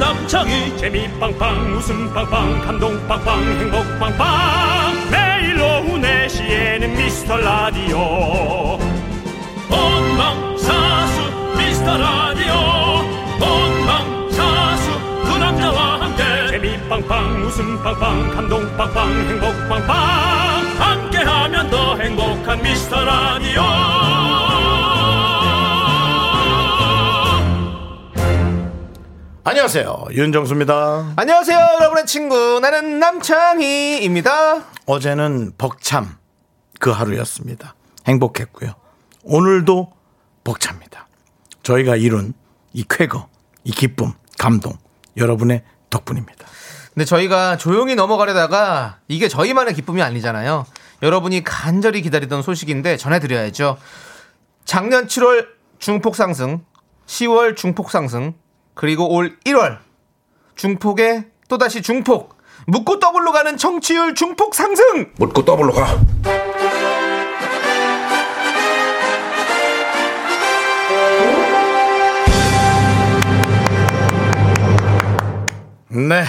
왕창 재미 빵빵 웃음 빵빵 감동 빵빵 행복 빵빵 매일 오후 네시에는 미스터 라디오 본방사수 미스터 라디오 본방사수 그 남자와 함께 재미 빵빵 웃음 빵빵 감동 빵빵 행복 빵빵 함께하면 더 행복한 미스터 라디오 안녕하세요 윤정수입니다 안녕하세요, 여러분의 친구. 나는 남창희입니다. 어제는 벅참 그 하루였습니다 행복했고요 오늘도 벅찹니다 저희가 이룬 이 쾌거 이 기쁨 감동 여러분의 덕분입니다 근데 저희가 조용히 넘어가려다가 이게 저희만의 기쁨이 아니잖아요. 여러분이 간절히 기다리던 소식인데 전해드려야죠. 작년 7월 중폭 상승, 10월 중폭 상승, 그리고 올 1월 중폭에 또다시 중폭, 묻고 더블로 가는 청취율 중폭 상승! 묻고 더블로 가. 네.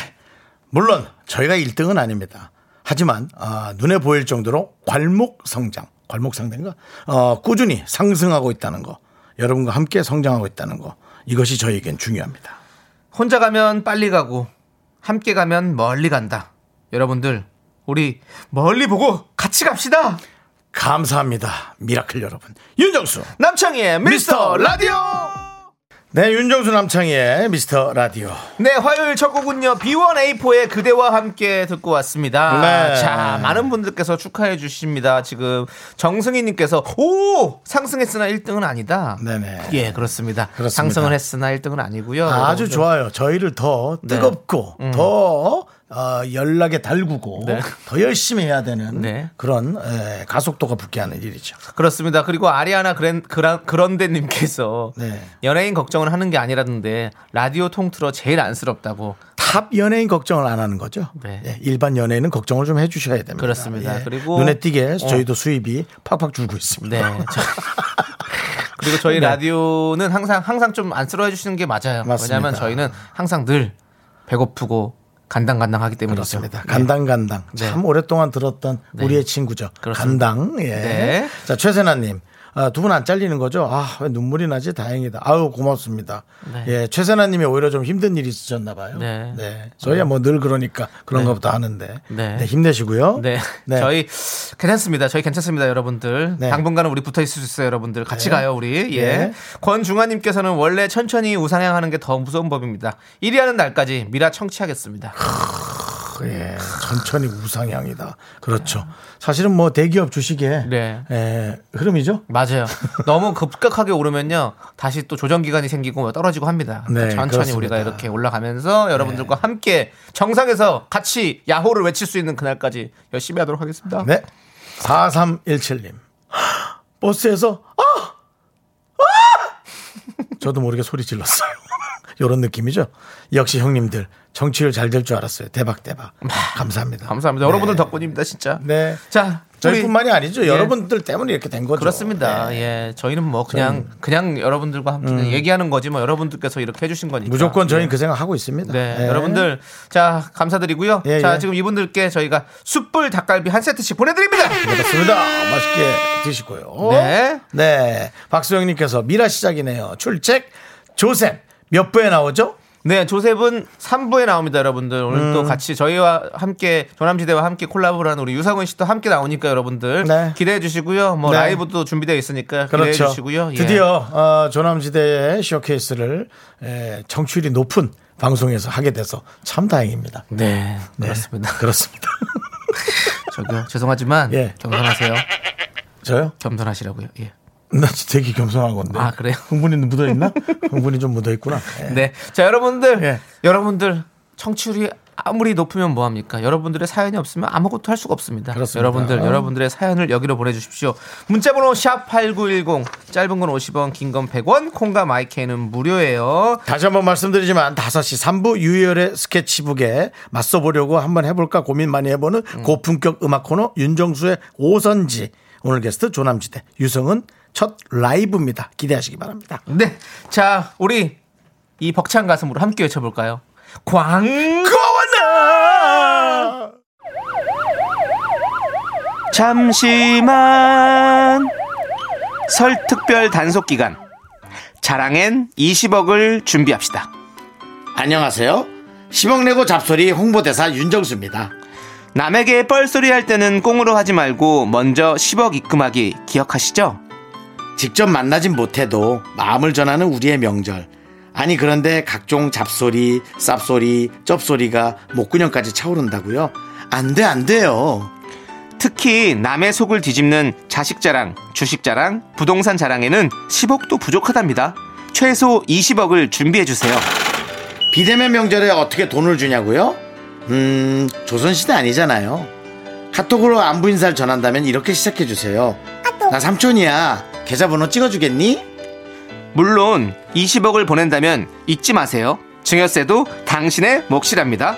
물론 저희가 1등은 아닙니다. 하지만 아, 눈에 보일 정도로 괄목 성장, 괄목 상대인가? 어, 꾸준히 상승하고 있다는 거, 여러분과 함께 성장하고 있다는 거, 이것이 저희에겐 중요합니다. 혼자 가면 빨리 가고 함께 가면 멀리 간다. 여러분들 우리 멀리 보고 같이 갑시다. 감사합니다, 미라클 여러분. 윤정수. 남창희의 미스터 라디오. 네, 윤정수 남창희의 미스터 라디오. 네 화요일 첫 곡은요 B1A4의 그대와 함께 듣고 왔습니다. 네. 자 많은 분들께서 축하해 주십니다. 지금 정승희님께서 오 상승했으나 1등은 아니다. 네네. 예 그렇습니다. 그렇습니다. 상승을 했으나 1등은 아니고요. 아주 여러분들 좋아요. 저희를 더 네. 뜨겁고 더 어, 연락에 달구고 네. 더 열심히 해야 되는 네. 그런 에, 가속도가 붙게 하는 일이죠. 그렇습니다. 그리고 아리아나 그랜, 그란, 그런데님께서 네. 연예인 걱정을 하는 게 아니라던데 라디오 통틀어 제일 안쓰럽다고. 탑 연예인 걱정을 안 하는 거죠. 네. 예, 일반 연예인은 걱정을 좀 해주셔야 됩니다. 예. 그렇습니다. 그리고- 눈에 띄게 어. 저희도 수입이 팍팍 줄고 있습니다. 네. 저- 그리고 저희 라디오는 항상 항상 좀 안쓰러워 해주시는 게 네. 맞아요. 맞습니다. 왜냐하면 저희는 항상 늘 배고프고 간당간당하기 때문이죠. 그렇습니다. 네. 간당간당 참 오랫동안 들었던 우리의 친구죠. 그렇습니다. 간당. 예. 네. 자 최세나님. 아, 두 분 안 잘리는 거죠? 아, 왜 눈물이 나지? 다행이다. 아유, 고맙습니다. 네. 예, 최세나님이 오히려 좀 힘든 일이 있으셨나 봐요. 네. 저희야 뭐 늘 그러니까 그런가 보다 하는데. 네. 힘내시고요. 네. 저희 괜찮습니다. 저희 괜찮습니다, 여러분들. 네. 당분간은 우리 붙어 있을 수 있어요, 여러분들. 같이 네. 가요, 우리. 예. 네. 권중아 님께서는 원래 천천히 우상향하는 게 더 무서운 법입니다. 1위 하는 날까지 미라 청취하겠습니다. 예, 천천히 우상향이다. 그렇죠. 사실은 뭐 대기업 주식의 네. 예, 흐름이죠. 맞아요. 너무 급격하게 오르면요. 다시 또 조정 기간이 생기고 뭐 떨어지고 합니다. 네, 천천히 그렇습니다. 네. 우리가 이렇게 올라가면서 여러분들과 함께 정상에서 같이 야호를 외칠 수 있는 그날까지 열심히 하도록 하겠습니다. 네. 4317님. 버스에서 아! 아! 저도 모르게 소리 질렀어요. 요런 느낌이죠. 역시 형님들 정치율 잘 될 줄 알았어요. 대박 대박. 감사합니다. 감사합니다. 네. 여러분들 덕분입니다, 진짜. 네. 자, 우리- 저희뿐만이 아니죠. 예. 여러분들 때문에 이렇게 된 거죠. 그렇습니다. 네. 음. 예. 저희는 뭐 그냥 그냥 여러분들과 함께 얘기하는 거지 뭐 여러분들께서 이렇게 해 주신 거니까. 무조건 저희는 그 생각 하고 있습니다. 네, 예. 여러분들 자, 감사드리고요. 예, 자, 예. 지금 이분들께 저희가 숯불 닭갈비 한 세트씩 보내 드립니다. 그렇습니다. 맛있게 드시고요. 네. 네. 박수영님께서 미라 시작이네요. 출첵 조셉 몇 부에 나오죠? 네, 조셉은 3부에 나옵니다, 여러분들. 오늘 음. 또 같이 저희와 함께 조남지대와 함께 콜라보를 하는 우리 유상훈 씨도 함께 나오니까 여러분들 네. 기대해 주시고요. 뭐 네. 그렇죠. 라이브도 준비되어 있으니까 기대해 주시고요. 예. 드디어 어, 조남지대의 쇼케이스를 에, 청취율이 높은 방송에서 하게 돼서 참 다행입니다. 네, 네. 그렇습니다. 그렇습니다. 저기요. 죄송하지만 예. 겸손하세요. 저요? 겸손하시라고요. 예. 나 진짜 되게 겸손한 건데. 아, 그래요? 흥분이 묻어 있나? 흥분이 좀 묻어 있구나. 네. 자, 여러분들. 예. 여러분들 청취율이 아무리 높으면 뭐 합니까? 여러분들의 사연이 없으면 아무것도 할 수가 없습니다. 그렇습니다. 여러분들 여러분들의 사연을 여기로 보내 주십시오. 문자 번호 샵8910 짧은 건 50원, 긴 건 100원, 콩과 마이크는 무료예요. 다시 한번 말씀드리지만 5시 3부 유열의 스케치북에 맞서 보려고 한번 해볼까 고민 많이 해보는 고품격 음악 코너 윤정수의 오선지 오늘 게스트 조남지대 유성은 첫 라이브입니다. 기대하시기 바랍니다. 네. 자, 우리 이 벅찬 가슴으로 함께 외쳐 볼까요? 광. 고원나 잠시만 설 특별 단속 기간 자랑엔 20억을 준비합시다. 안녕하세요. 10억 내고 잡소리 홍보대사 윤정수입니다. 남에게 뻘소리 할 때는 꽁으로 하지 말고 먼저 10억 입금하기 기억하시죠? 직접 만나진 못해도 마음을 전하는 우리의 명절. 아니 그런데 각종 잡소리, 쌉소리, 쩝소리가 목구녕까지 차오른다고요? 안 돼 안 돼요. 특히 남의 속을 뒤집는 자식 자랑, 주식 자랑, 부동산 자랑에는 10억도 부족하답니다. 최소 20억을 준비해 주세요. 비대면 명절에 어떻게 돈을 주냐고요? 음, 조선시대 아니잖아요. 카톡으로 안부 인사를 전한다면 이렇게 시작해 주세요. 나 삼촌이야. 계좌번호 찍어주겠니? 물론 20억을 보낸다면 잊지 마세요. 증여세도 당신의 몫이랍니다.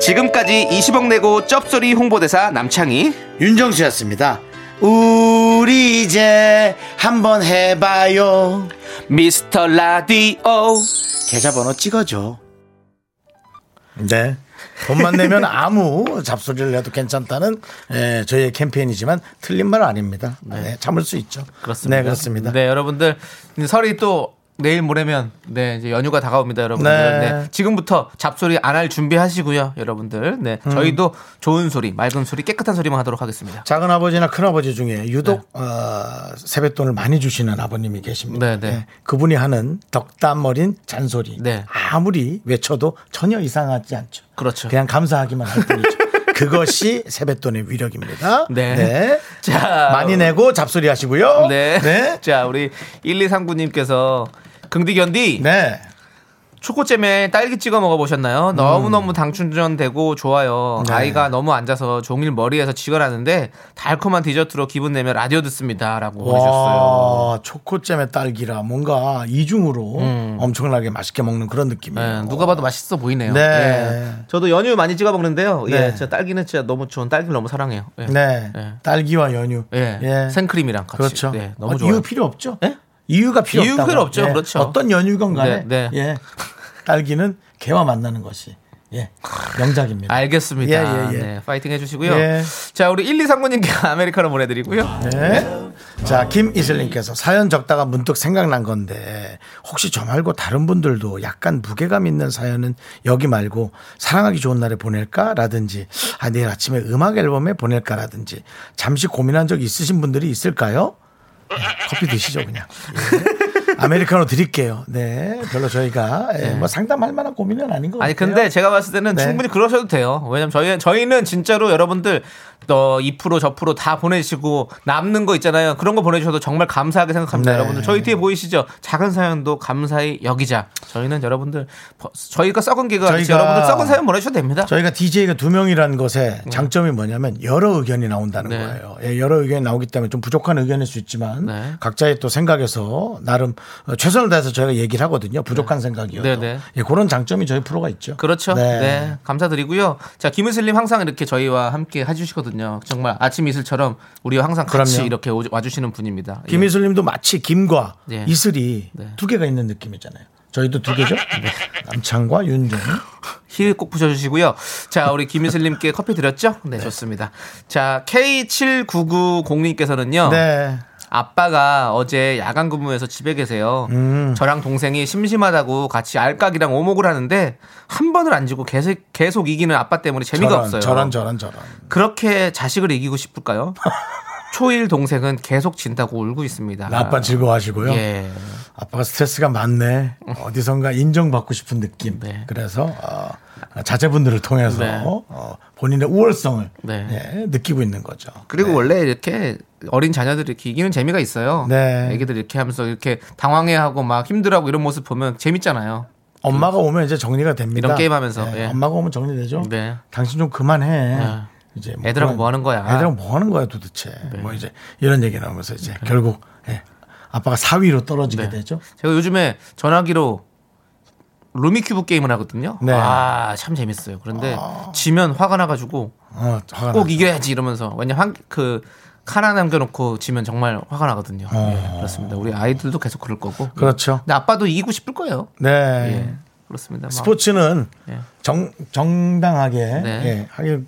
지금까지 20억 내고 쩝소리 홍보대사 남창희 윤정수였습니다. 우리 이제 한번 해봐요. 미스터 라디오 계좌번호 찍어줘. 네. 돈만 내면 아무 잡소리를 해도 괜찮다는 예, 저희의 캠페인이지만 틀린 말 아닙니다. 네, 참을 수 있죠. 그렇습니다. 네, 그렇습니다. 네, 여러분들 이제 설이 또 내일 모레면 네 이제 연휴가 다가옵니다, 여러분들. 네. 네. 지금부터 잡소리 안 할 준비하시고요, 여러분들. 네, 음. 저희도 좋은 소리, 맑은 소리, 깨끗한 소리만 하도록 하겠습니다. 작은 아버지나 큰 아버지 중에 유독 어, 세뱃돈을 많이 주시는 아버님이 계십니다. 예. 네, 네. 그분이 하는 덕담 어린 잔소리 네. 아무리 외쳐도 전혀 이상하지 않죠. 그렇죠. 그냥 감사하기만 할 뿐이죠. 그것이 세뱃돈의 위력입니다. 네. 자, 많이 내고 잡소리 하시고요. 네. 네. 자, 우리 1239님께서 긍디견디 네. 초코잼에 딸기 찍어 먹어 음. 보셨나요? 너무너무 당충전되고 좋아요. 네. 아이가 너무 앉아서 종일 머리에서 지거라는데 달콤한 디저트로 기분 내며 라디오 듣습니다라고 보내셨어요. 와, 초코잼에 딸기라 뭔가 이중으로 엄청나게 맛있게 먹는 그런 느낌이에요. 예, 음. 누가 봐도 맛있어 보이네요. 네. 예. 저도 연유 많이 찍어 먹는데요. 네. 예, 진짜 딸기는 진짜 너무 좋은 딸기 를 너무 사랑해요. 예. 네. 예. 딸기와 연유. 예. 생크림이랑 같이. 그렇죠. 예, 너무 어, 좋아요. 이유 필요 없죠. 예? 이유가 필요 이유 없다. 필요 없죠. 그렇죠. 어떤 연유건 간에 네, 네. 예. 딸기는 개와 만나는 것이 예. 명작입니다. 알겠습니다. 예, 예, 예. 네, 파이팅 해주시고요. 예. 자, 우리 1239님께 아메리카노 보내드리고요. 네. 자, 김이슬님께서 사연 적다가 문득 생각난 건데 혹시 저 말고 다른 분들도 약간 무게감 있는 사연은 여기 말고 사랑하기 좋은 날에 보낼까라든지 아, 내일 아침에 음악 앨범에 보낼까라든지 잠시 고민한 적 있으신 분들이 있을까요? 네, 커피 드시죠 그냥. 예. 아메리카노 드릴게요. 네, 별로 저희가 예, 뭐 상담할 만한 고민은 아닌 것 같아요. 아니 근데 제가 봤을 때는 네. 충분히 그러셔도 돼요. 왜냐면 저희 저희는 진짜로 여러분들 어, 또이 프로 저 프로 다 보내시고 남는 거 있잖아요. 그런 거 보내주셔도 정말 감사하게 생각합니다, 네. 여러분들. 저희 뒤에 보이시죠? 작은 사연도 감사히 여기자. 저희는 여러분들 버- 저희가 썩은 개가 아니지 저희가- 여러분들 썩은 사연 보내주셔도 됩니다. 저희가 DJ가 두 명이라는 것의 장점이 뭐냐면 여러 의견이 나온다는 네. 거예요. 예, 여러 의견이 나오기 때문에 좀 부족한 의견일 수 있지만 네. 각자의 또 생각에서 나름 어, 최선을 다해서 저희가 얘기를 하거든요. 부족한 생각이어도. 네, 네. 예, 그런 장점이 저희 프로가 있죠. 그렇죠. 네. 감사드리고요. 자, 김은슬님 항상 이렇게 저희와 함께 해주시거든요. 정말 아침 이슬처럼 우리와 항상 같이 그럼요. 이렇게 오- 와주시는 분입니다. 예. 김희술 님도 마치 김과 예. 이슬이 두 개가 있는 느낌이잖아요. 저희도 두 개죠. 네. 남창과 윤종. 힐 꼭 부셔주시고요. 자, 우리 김희슬님께 커피 드렸죠? 네, 좋습니다. 자, K7990님께서는요. 네. 아빠가 어제 야간 근무해서 집에 계세요. 음. 저랑 동생이 심심하다고 같이 알까기랑 오목을 하는데 한 번을 안 지고 계속, 계속 이기는 아빠 때문에 재미가 저런, 없어요. 저런 저런 저런. 그렇게 자식을 이기고 싶을까요? 초일 동생은 계속 진다고 울고 있습니다. 나 아빠 즐거워하시고요. 예. 아빠가 스트레스가 많네. 어디선가 인정받고 싶은 느낌. 네. 그래서 어, 자제분들을 통해서 네. 어, 본인의 우월성을 네. 예, 느끼고 있는 거죠. 그리고 원래 이렇게 어린 자녀들이 이렇게 이기는 재미가 있어요. 네. 애기들 이렇게 하면서 이렇게 당황해하고 막 힘들어하고 이런 모습 보면 재밌잖아요. 엄마가 오면 이제 정리가 됩니다. 이런 게임하면서, 예, 예. 엄마가 오면 정리되죠. 네. 당신 좀 그만해. 예. 이제 애들하고 뭐 하는 거야? 네. 애들하고 뭐 하는 거야 도대체. 뭐 이제 이런 얘기 나오면서 이제 결국 예, 아빠가 4위로 떨어지게 네. 되죠. 제가 요즘에 전화기로 루미큐브 게임을 하거든요. 네. 아, 참 재밌어요. 그런데 지면 화가 나가지고 어, 화가 꼭 나죠. 이겨야지 이러면서 왜냐면 한그 하나 남겨놓고 지면 정말 화가 나거든요. 예, 그렇습니다. 우리 아이들도 계속 그럴 거고. 어. 그렇죠. 근데 아빠도 이기고 싶을 거예요. 네. 예. 그렇습니다. 뭐 스포츠는 예. 정 정당하게 네. 예, 하긴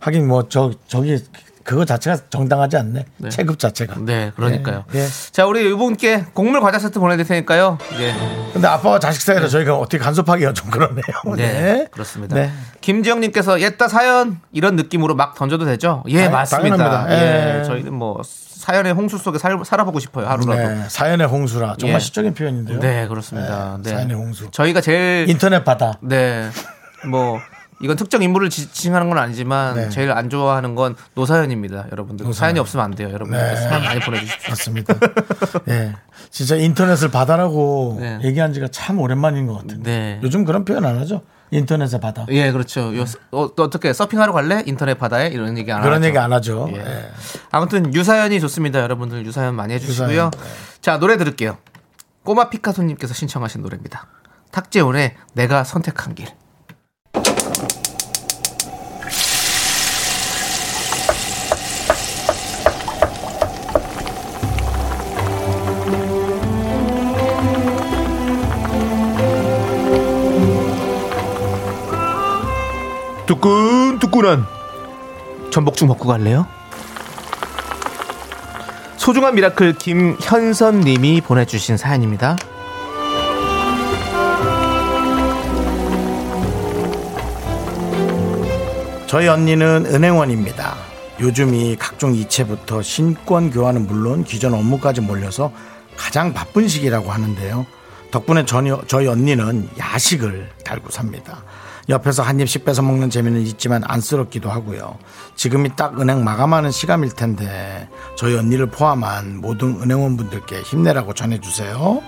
하긴 뭐 저 저기 그거 자체가 정당하지 않네 네. 체급 자체가. 네, 그러니까요. 예, 예. 자, 우리 이분께 곡물 과자 세트 보내드릴 테니까요. 네, 근데 아빠와 자식 사이라 저희가 어떻게 간섭하기가 좀 어, 그러네요. 네, 그렇습니다. 네. 김지영님께서 옛다 사연 이런 느낌으로 막 던져도 되죠? 예, 아, 맞습니다. 당연합니다. 예. 예. 저희는 뭐 사연의 홍수 속에 살, 살아보고 싶어요 하루라도. 네, 사연의 홍수라 정말 예. 시적인 표현인데요. 네, 그렇습니다. 네, 네. 사연의 홍수. 저희가 제일 인터넷 바다. 네. 뭐 이건 특정 인물을 지칭하는 건 아니지만 네. 제일 안 좋아하는 건 노사연입니다. 여러분들 사연이 없으면 안 돼요. 여러분 네. 들 사연 많이 보내주십시오. 맞습니다. 예. 진짜 인터넷을 바다라고 네. 얘기한 지가 참 오랜만인 것 같아요. 네. 요즘 그런 표현 안 하죠? 인터넷의 바다. 예, 그렇죠. 요, 어, 또 어떻게 서핑하러 갈래? 인터넷 바다에 이런 얘기 안 하죠. 그런 얘기 안 하죠. 아, 예. 예. 아무튼 유사연이 좋습니다. 여러분들 유사연 많이 해주시고요. 유사연, 네. 자 노래 들을게요. 꼬마 피카소님께서 신청하신 노래입니다. 탁재훈의 내가 선택한 길. 두끈두끈한 전복죽 먹고 갈래요? 소중한 미라클 김현선 님이 보내주신 사연입니다. 저희 언니는 은행원입니다. 요즘 이 각종 이체부터 신권 교환은 물론 기존 업무까지 몰려서 가장 바쁜 시기라고 하는데요. 덕분에 저희, 저희 언니는 야식을 달고 삽니다. 옆에서 한 입씩 뺏어 먹는 재미는 있지만 안쓰럽기도 하고요. 지금이 딱 은행 마감하는 시간일 텐데 저희 언니를 포함한 모든 은행원분들께 힘내라고 전해주세요.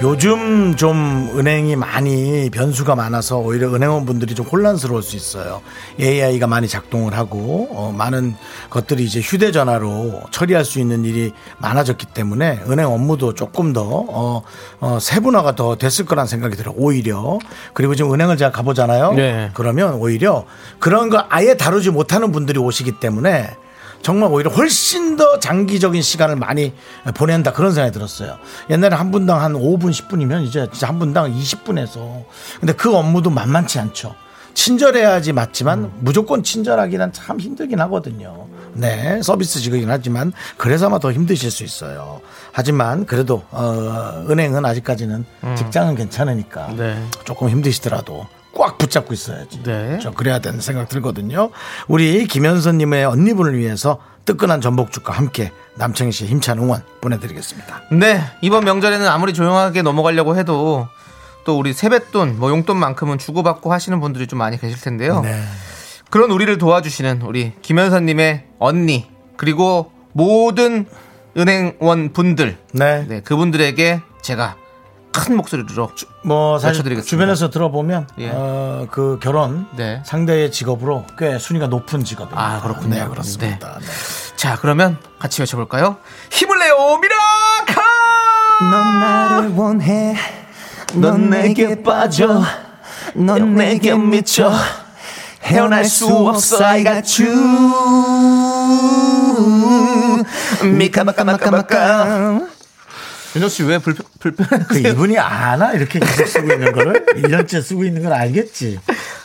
요즘 좀 은행이 많이 변수가 많아서 오히려 은행원분들이 좀 혼란스러울 수 있어요. AI가 많이 작동을 하고 어, 많은 것들이 이제 휴대전화로 처리할 수 있는 일이 많아졌기 때문에 은행 업무도 조금 더 어, 어, 세분화가 더 됐을 거란 생각이 들어요. 오히려 그리고 지금 은행을 제가 가보잖아요. 네. 그러면 오히려 그런 거 아예 다루지 못하는 분들이 오시기 때문에 정말 오히려 훨씬 더 장기적인 시간을 많이 보낸다 그런 생각이 들었어요. 옛날에 한 분당 한 5분 10분이면 이제 진짜 한 분당 20분에서 근데 그 업무도 만만치 않죠. 친절해야지 맞지만 무조건 친절하기란 참 힘들긴 하거든요. 네 서비스 직이긴 하지만 그래서 아마 더 힘드실 수 있어요. 하지만 그래도 어, 은행은 아직까지는 직장은 괜찮으니까 네. 조금 힘드시더라도 꽉 붙잡고 있어야지. 네. 저 그래야 되는 생각 들거든요. 우리 김현선님의 언니분을 위해서 뜨끈한 전복죽과 함께 남창희 씨 힘찬 응원 보내드리겠습니다. 네, 이번 명절에는 아무리 조용하게 넘어가려고 해도 또 우리 세뱃돈, 뭐 용돈만큼은 주고받고 하시는 분들이 좀 많이 계실 텐데요. 네. 그런 우리를 도와주시는 우리 김현선님의 언니, 그리고 모든 은행원 분들, 네. 네, 그분들에게 제가 큰 목소리로 뭐 사실 맞춰드리겠습니다. 주변에서 들어보면 예. 어, 그 결혼 네. 상대의 직업으로 꽤 순위가 높은 직업입니다. 아, 그렇군요. 네, 그렇습니다. 네. 자, 그러면 같이 외쳐볼까요? 힘을 내요, 미라카! 넌 나를 원해 넌 내게 빠져 넌 내게 미쳐 헤어날 수 없어 I got you 미카마카마카마카 윤정 씨 왜 불편, 불편하세요? 그 이분이 아나 이렇게 계속 쓰고 있는 거를 1년째 쓰고 있는 걸 알겠지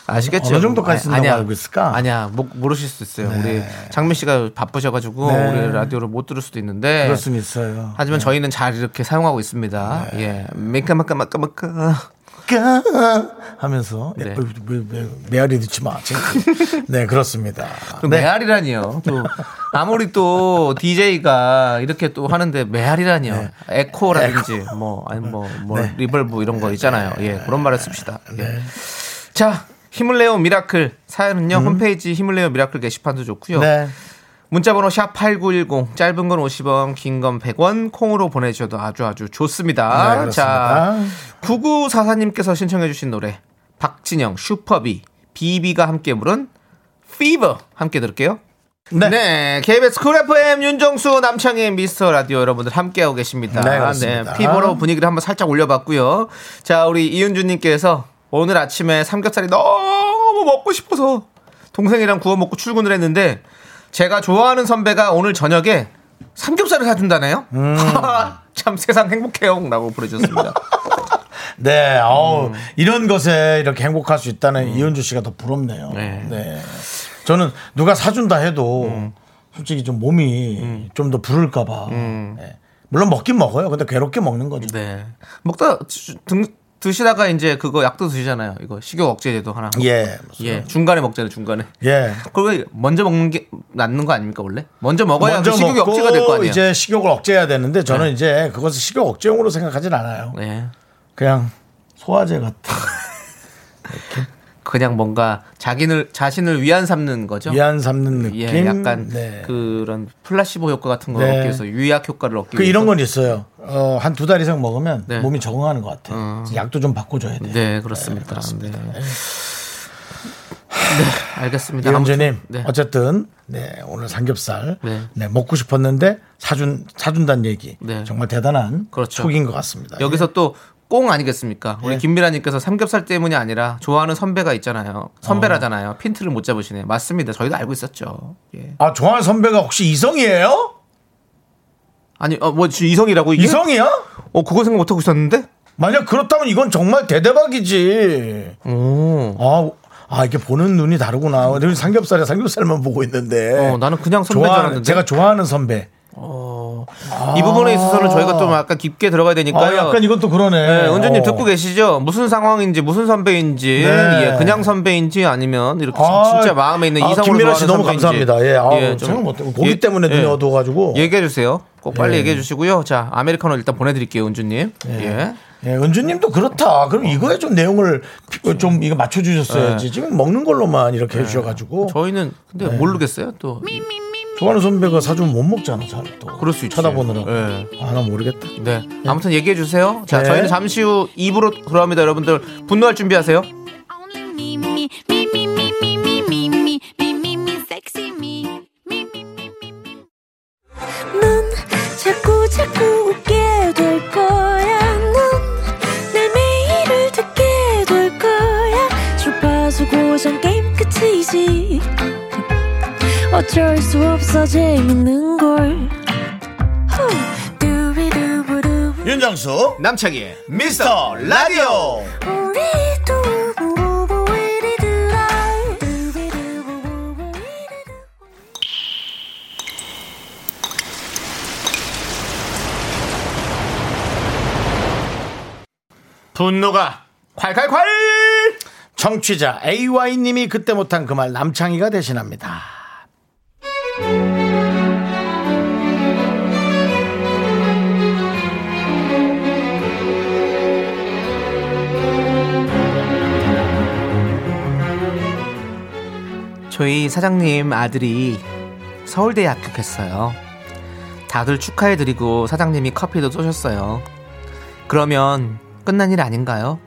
아시겠죠? 어느 정도까지 쓴다고 아니야. 알고 있을까? 아니야, 모, 모르실 수 있어요. 우리 장민 씨가 바쁘셔가지고 네. 우리 라디오를 못 들을 수도 있는데. 그럴 수는 있어요 하지만 저희는 잘 이렇게 사용하고 있습니다. 네. 예, 메까마까마까마까. 하면서 네. 네. 메아리 듣지 마 지금. 네 그렇습니다 또 메아리라니요. 또 아무리 또 DJ가 이렇게 또 하는데 메아리라니요. 네. 에코라든지 뭐 아니 뭐, 뭐 리벌브 이런 네. 거 있잖아요. 예, 그런 말을 씁시다. 예. 자, 힘을 내요 미라클 사연은요 홈페이지 힘을 내요 미라클 게시판도 좋고요. 음. 네 문자번호 샵 #8910 짧은 건 50원, 긴 건 100원 콩으로 보내주셔도 아주 아주 네, 좋습니다. 그렇습니다. 자, 9944님께서 신청해주신 노래 박진영 슈퍼비 비비가 함께 부른 피버 함께 들을게요. 네. KBS 쿨 FM 윤정수 남창희 미스터 라디오 여러분들 함께하고 계십니다. 네, 그렇습니다. 피버로 분위기를 한번 살짝 올려봤고요. 자, 우리 이은주님께서 오늘 아침에 삼겹살이 너무 먹고 싶어서 동생이랑 구워 먹고 출근을 했는데 제가 좋아하는 선배가 오늘 저녁에 삼겹살을 사준다네요? 음. 참 세상 행복해요. 라고 보내주셨습니다. 네, 어우, 음. 이런 것에 이렇게 행복할 수 있다는 이현주 씨가 더 부럽네요. 네. 네. 저는 누가 사준다 해도 음. 솔직히 좀 몸이 좀 더 부를까봐. 네. 물론 먹긴 먹어요. 근데 괴롭게 먹는 거죠. 음. 네. 먹다 드- 등- 드시다가 이제 그거 약도 드시잖아요. 이거 식욕 억제제도 하나. 예. 예. 중간에 먹잖아요. 중간에. 예. 그리고 먼저 먹는 게 낫는 거 아닙니까 원래? 먼저 먹어야 먼저 그 식욕이 먹고 억제가 될 거 네. 아니에요. 이제 식욕을 억제해야 되는데 저는 이제 그것을 식욕 억제용으로 생각하진 않아요. 네. 그냥 소화제 같은 그냥 뭔가 자기를 자신을 위안 삼는 거죠. 위안 삼는 느낌. 예, 약간 네. 그런 플라시보 효과 같은 걸 네. 얻기 위해서 유의학 효과를 얻기 그 위해서. 이런 건 있어요. 어, 한 두 달 이상 먹으면 네. 어. 몸이 적응하는 것 같아요. 약도 좀 바꿔줘야 돼요. 네, 그렇습니다. 네, 그렇습니다. 네. 알겠습니다. 이현주님 아무튼, 네. 어쨌든 네 오늘 삼겹살 네. 네. 먹고 싶었는데 사준 사준다는 얘기 네. 정말 대단한 그렇죠. 촉인 것 같습니다. 여기서 또 꽁 아니겠습니까? 우리 예. 김미라님께서 삼겹살 때문이 아니라 좋아하는 선배가 있잖아요. 선배라잖아요. 어. 핀트를 못 잡으시네. 맞습니다. 저희도 알고 있었죠. 예. 아 조한 선배가 혹시 이성이에요? 아니, 어, 뭐 지금 이성이라고 이게? 이성이야? 어, 그거 생각 못 하고 있었는데? 만약 그렇다면 이건 정말 대대박이지. 오. 아, 아 이게 보는 눈이 다르구나. 우리 삼겹살에 삼겹살만 보고 있는데. 어, 나는 그냥 선배인 줄 좋아하는 알았는데. 제가 좋아하는 선배. 이 부분에 있어서는 저희가 좀 약간 깊게 들어가야 되니까요. 아 약간 이것도 그러네. 네, 은주님 어. 듣고 계시죠? 무슨 상황인지, 무슨 선배인지, 네. 예, 그냥 선배인지 아니면 이렇게 아, 진짜 마음에 있는 아, 이성으로 김미라 씨 좋아하는 너무 선배인지. 감사합니다. 예, 아우, 좀- 예, 생각 못 고기 때문에 눈이 어두워가지고. 얘기해 주세요. 꼭 빨리 얘기해 주시고요. 자, 아메리카노 일단 보내드릴게요, 은주님. 예. 예, 은주님도 그렇다. 그럼 이거에 좀 내용을 좀 이거 맞춰주셨어야지. 지금 먹는 걸로만 이렇게 해주셔가지고 예. 저희는 근데 네. 모르겠어요. 또 좋아하는 선배가 사주면 못 먹잖아, 잘 또. 그럴 수 있죠. 쳐다보느라. 예. 아, 나 모르겠다. 네. 아무튼 얘기해 주세요. 자, 네. 저희는 잠시 후 입으로 돌아옵니다, 여러분들. 분노할 준비하세요. Only me, me, me, me, me, me, me, me, me, me, me, me, sexy me. Me, me, me, me, me. 넌 자꾸 자꾸 웃게 될 거야. 넌내 매일을 듣게 될 거야. 주파수 고정 게임 끝이지. 어쩔 수 없어 재밌는 걸. 후. 두비두부두. 윤정수, 남창희의 미스터 라디오. 우리 두부부부 우리들아. 두비두부부부 우리들아. 분노가 콸콸콸! 청취자 AY님이 그때 못한 그 말 남창희가 대신합니다. 저희 사장님 아들이 서울대에 합격했어요. 다들 축하해드리고 사장님이 커피도 쏘셨어요. 그러면 끝난 일 아닌가요?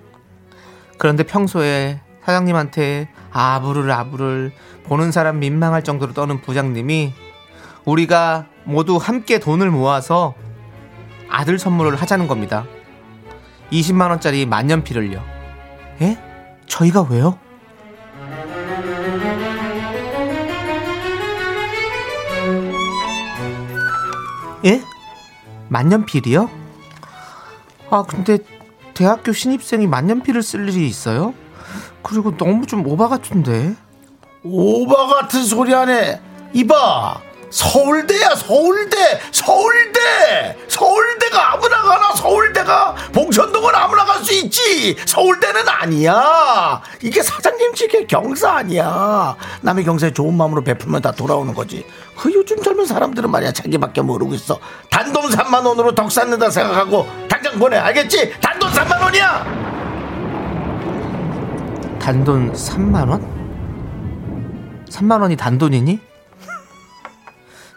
그런데 평소에 사장님한테 아부를 아부를 보는 사람 민망할 정도로 떠는 부장님이 우리가 모두 함께 돈을 모아서 아들 선물을 하자는 겁니다. 20만원짜리 만년필을요. 예? 저희가 왜요? 예? 만년필이요? 아 근데 대학교 신입생이 만년필을 쓸 일이 있어요? 그리고 너무 좀 오바 같은데 오바 같은 소리 하네. 이봐. 서울대야 서울대 서울대 서울대가 아무나 가나 서울대가 봉천동은 아무나 갈 수 있지 서울대는 아니야 이게 사장님 측의 경사 아니야 남의 경사에 좋은 마음으로 베풀면 다 돌아오는 거지 그 요즘 젊은 사람들은 말이야 자기밖에 모르고 있어 단돈 3만 원으로 덕 쌓는다 생각하고 당장 보내 알겠지 단돈 3만 원이야 단돈 3만원? 3만원이 단돈이니?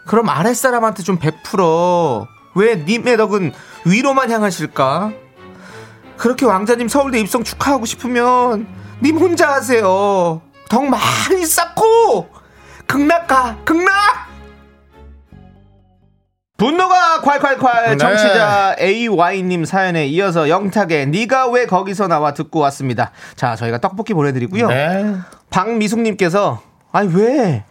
그럼 아랫사람한테 좀 베풀어 왜 님의 덕은 위로만 향하실까? 그렇게 왕자님 서울대 입성 축하하고 싶으면 님 혼자 하세요 덕 많이 쌓고 극락 가 극락 분노가 콸콸콸 청취자 AY님 사연에 이어서 영탁의 네가 왜 거기서 나와 듣고 왔습니다. 네. 자 저희가 떡볶이 보내드리고요. 박미숙님께서 아니 왜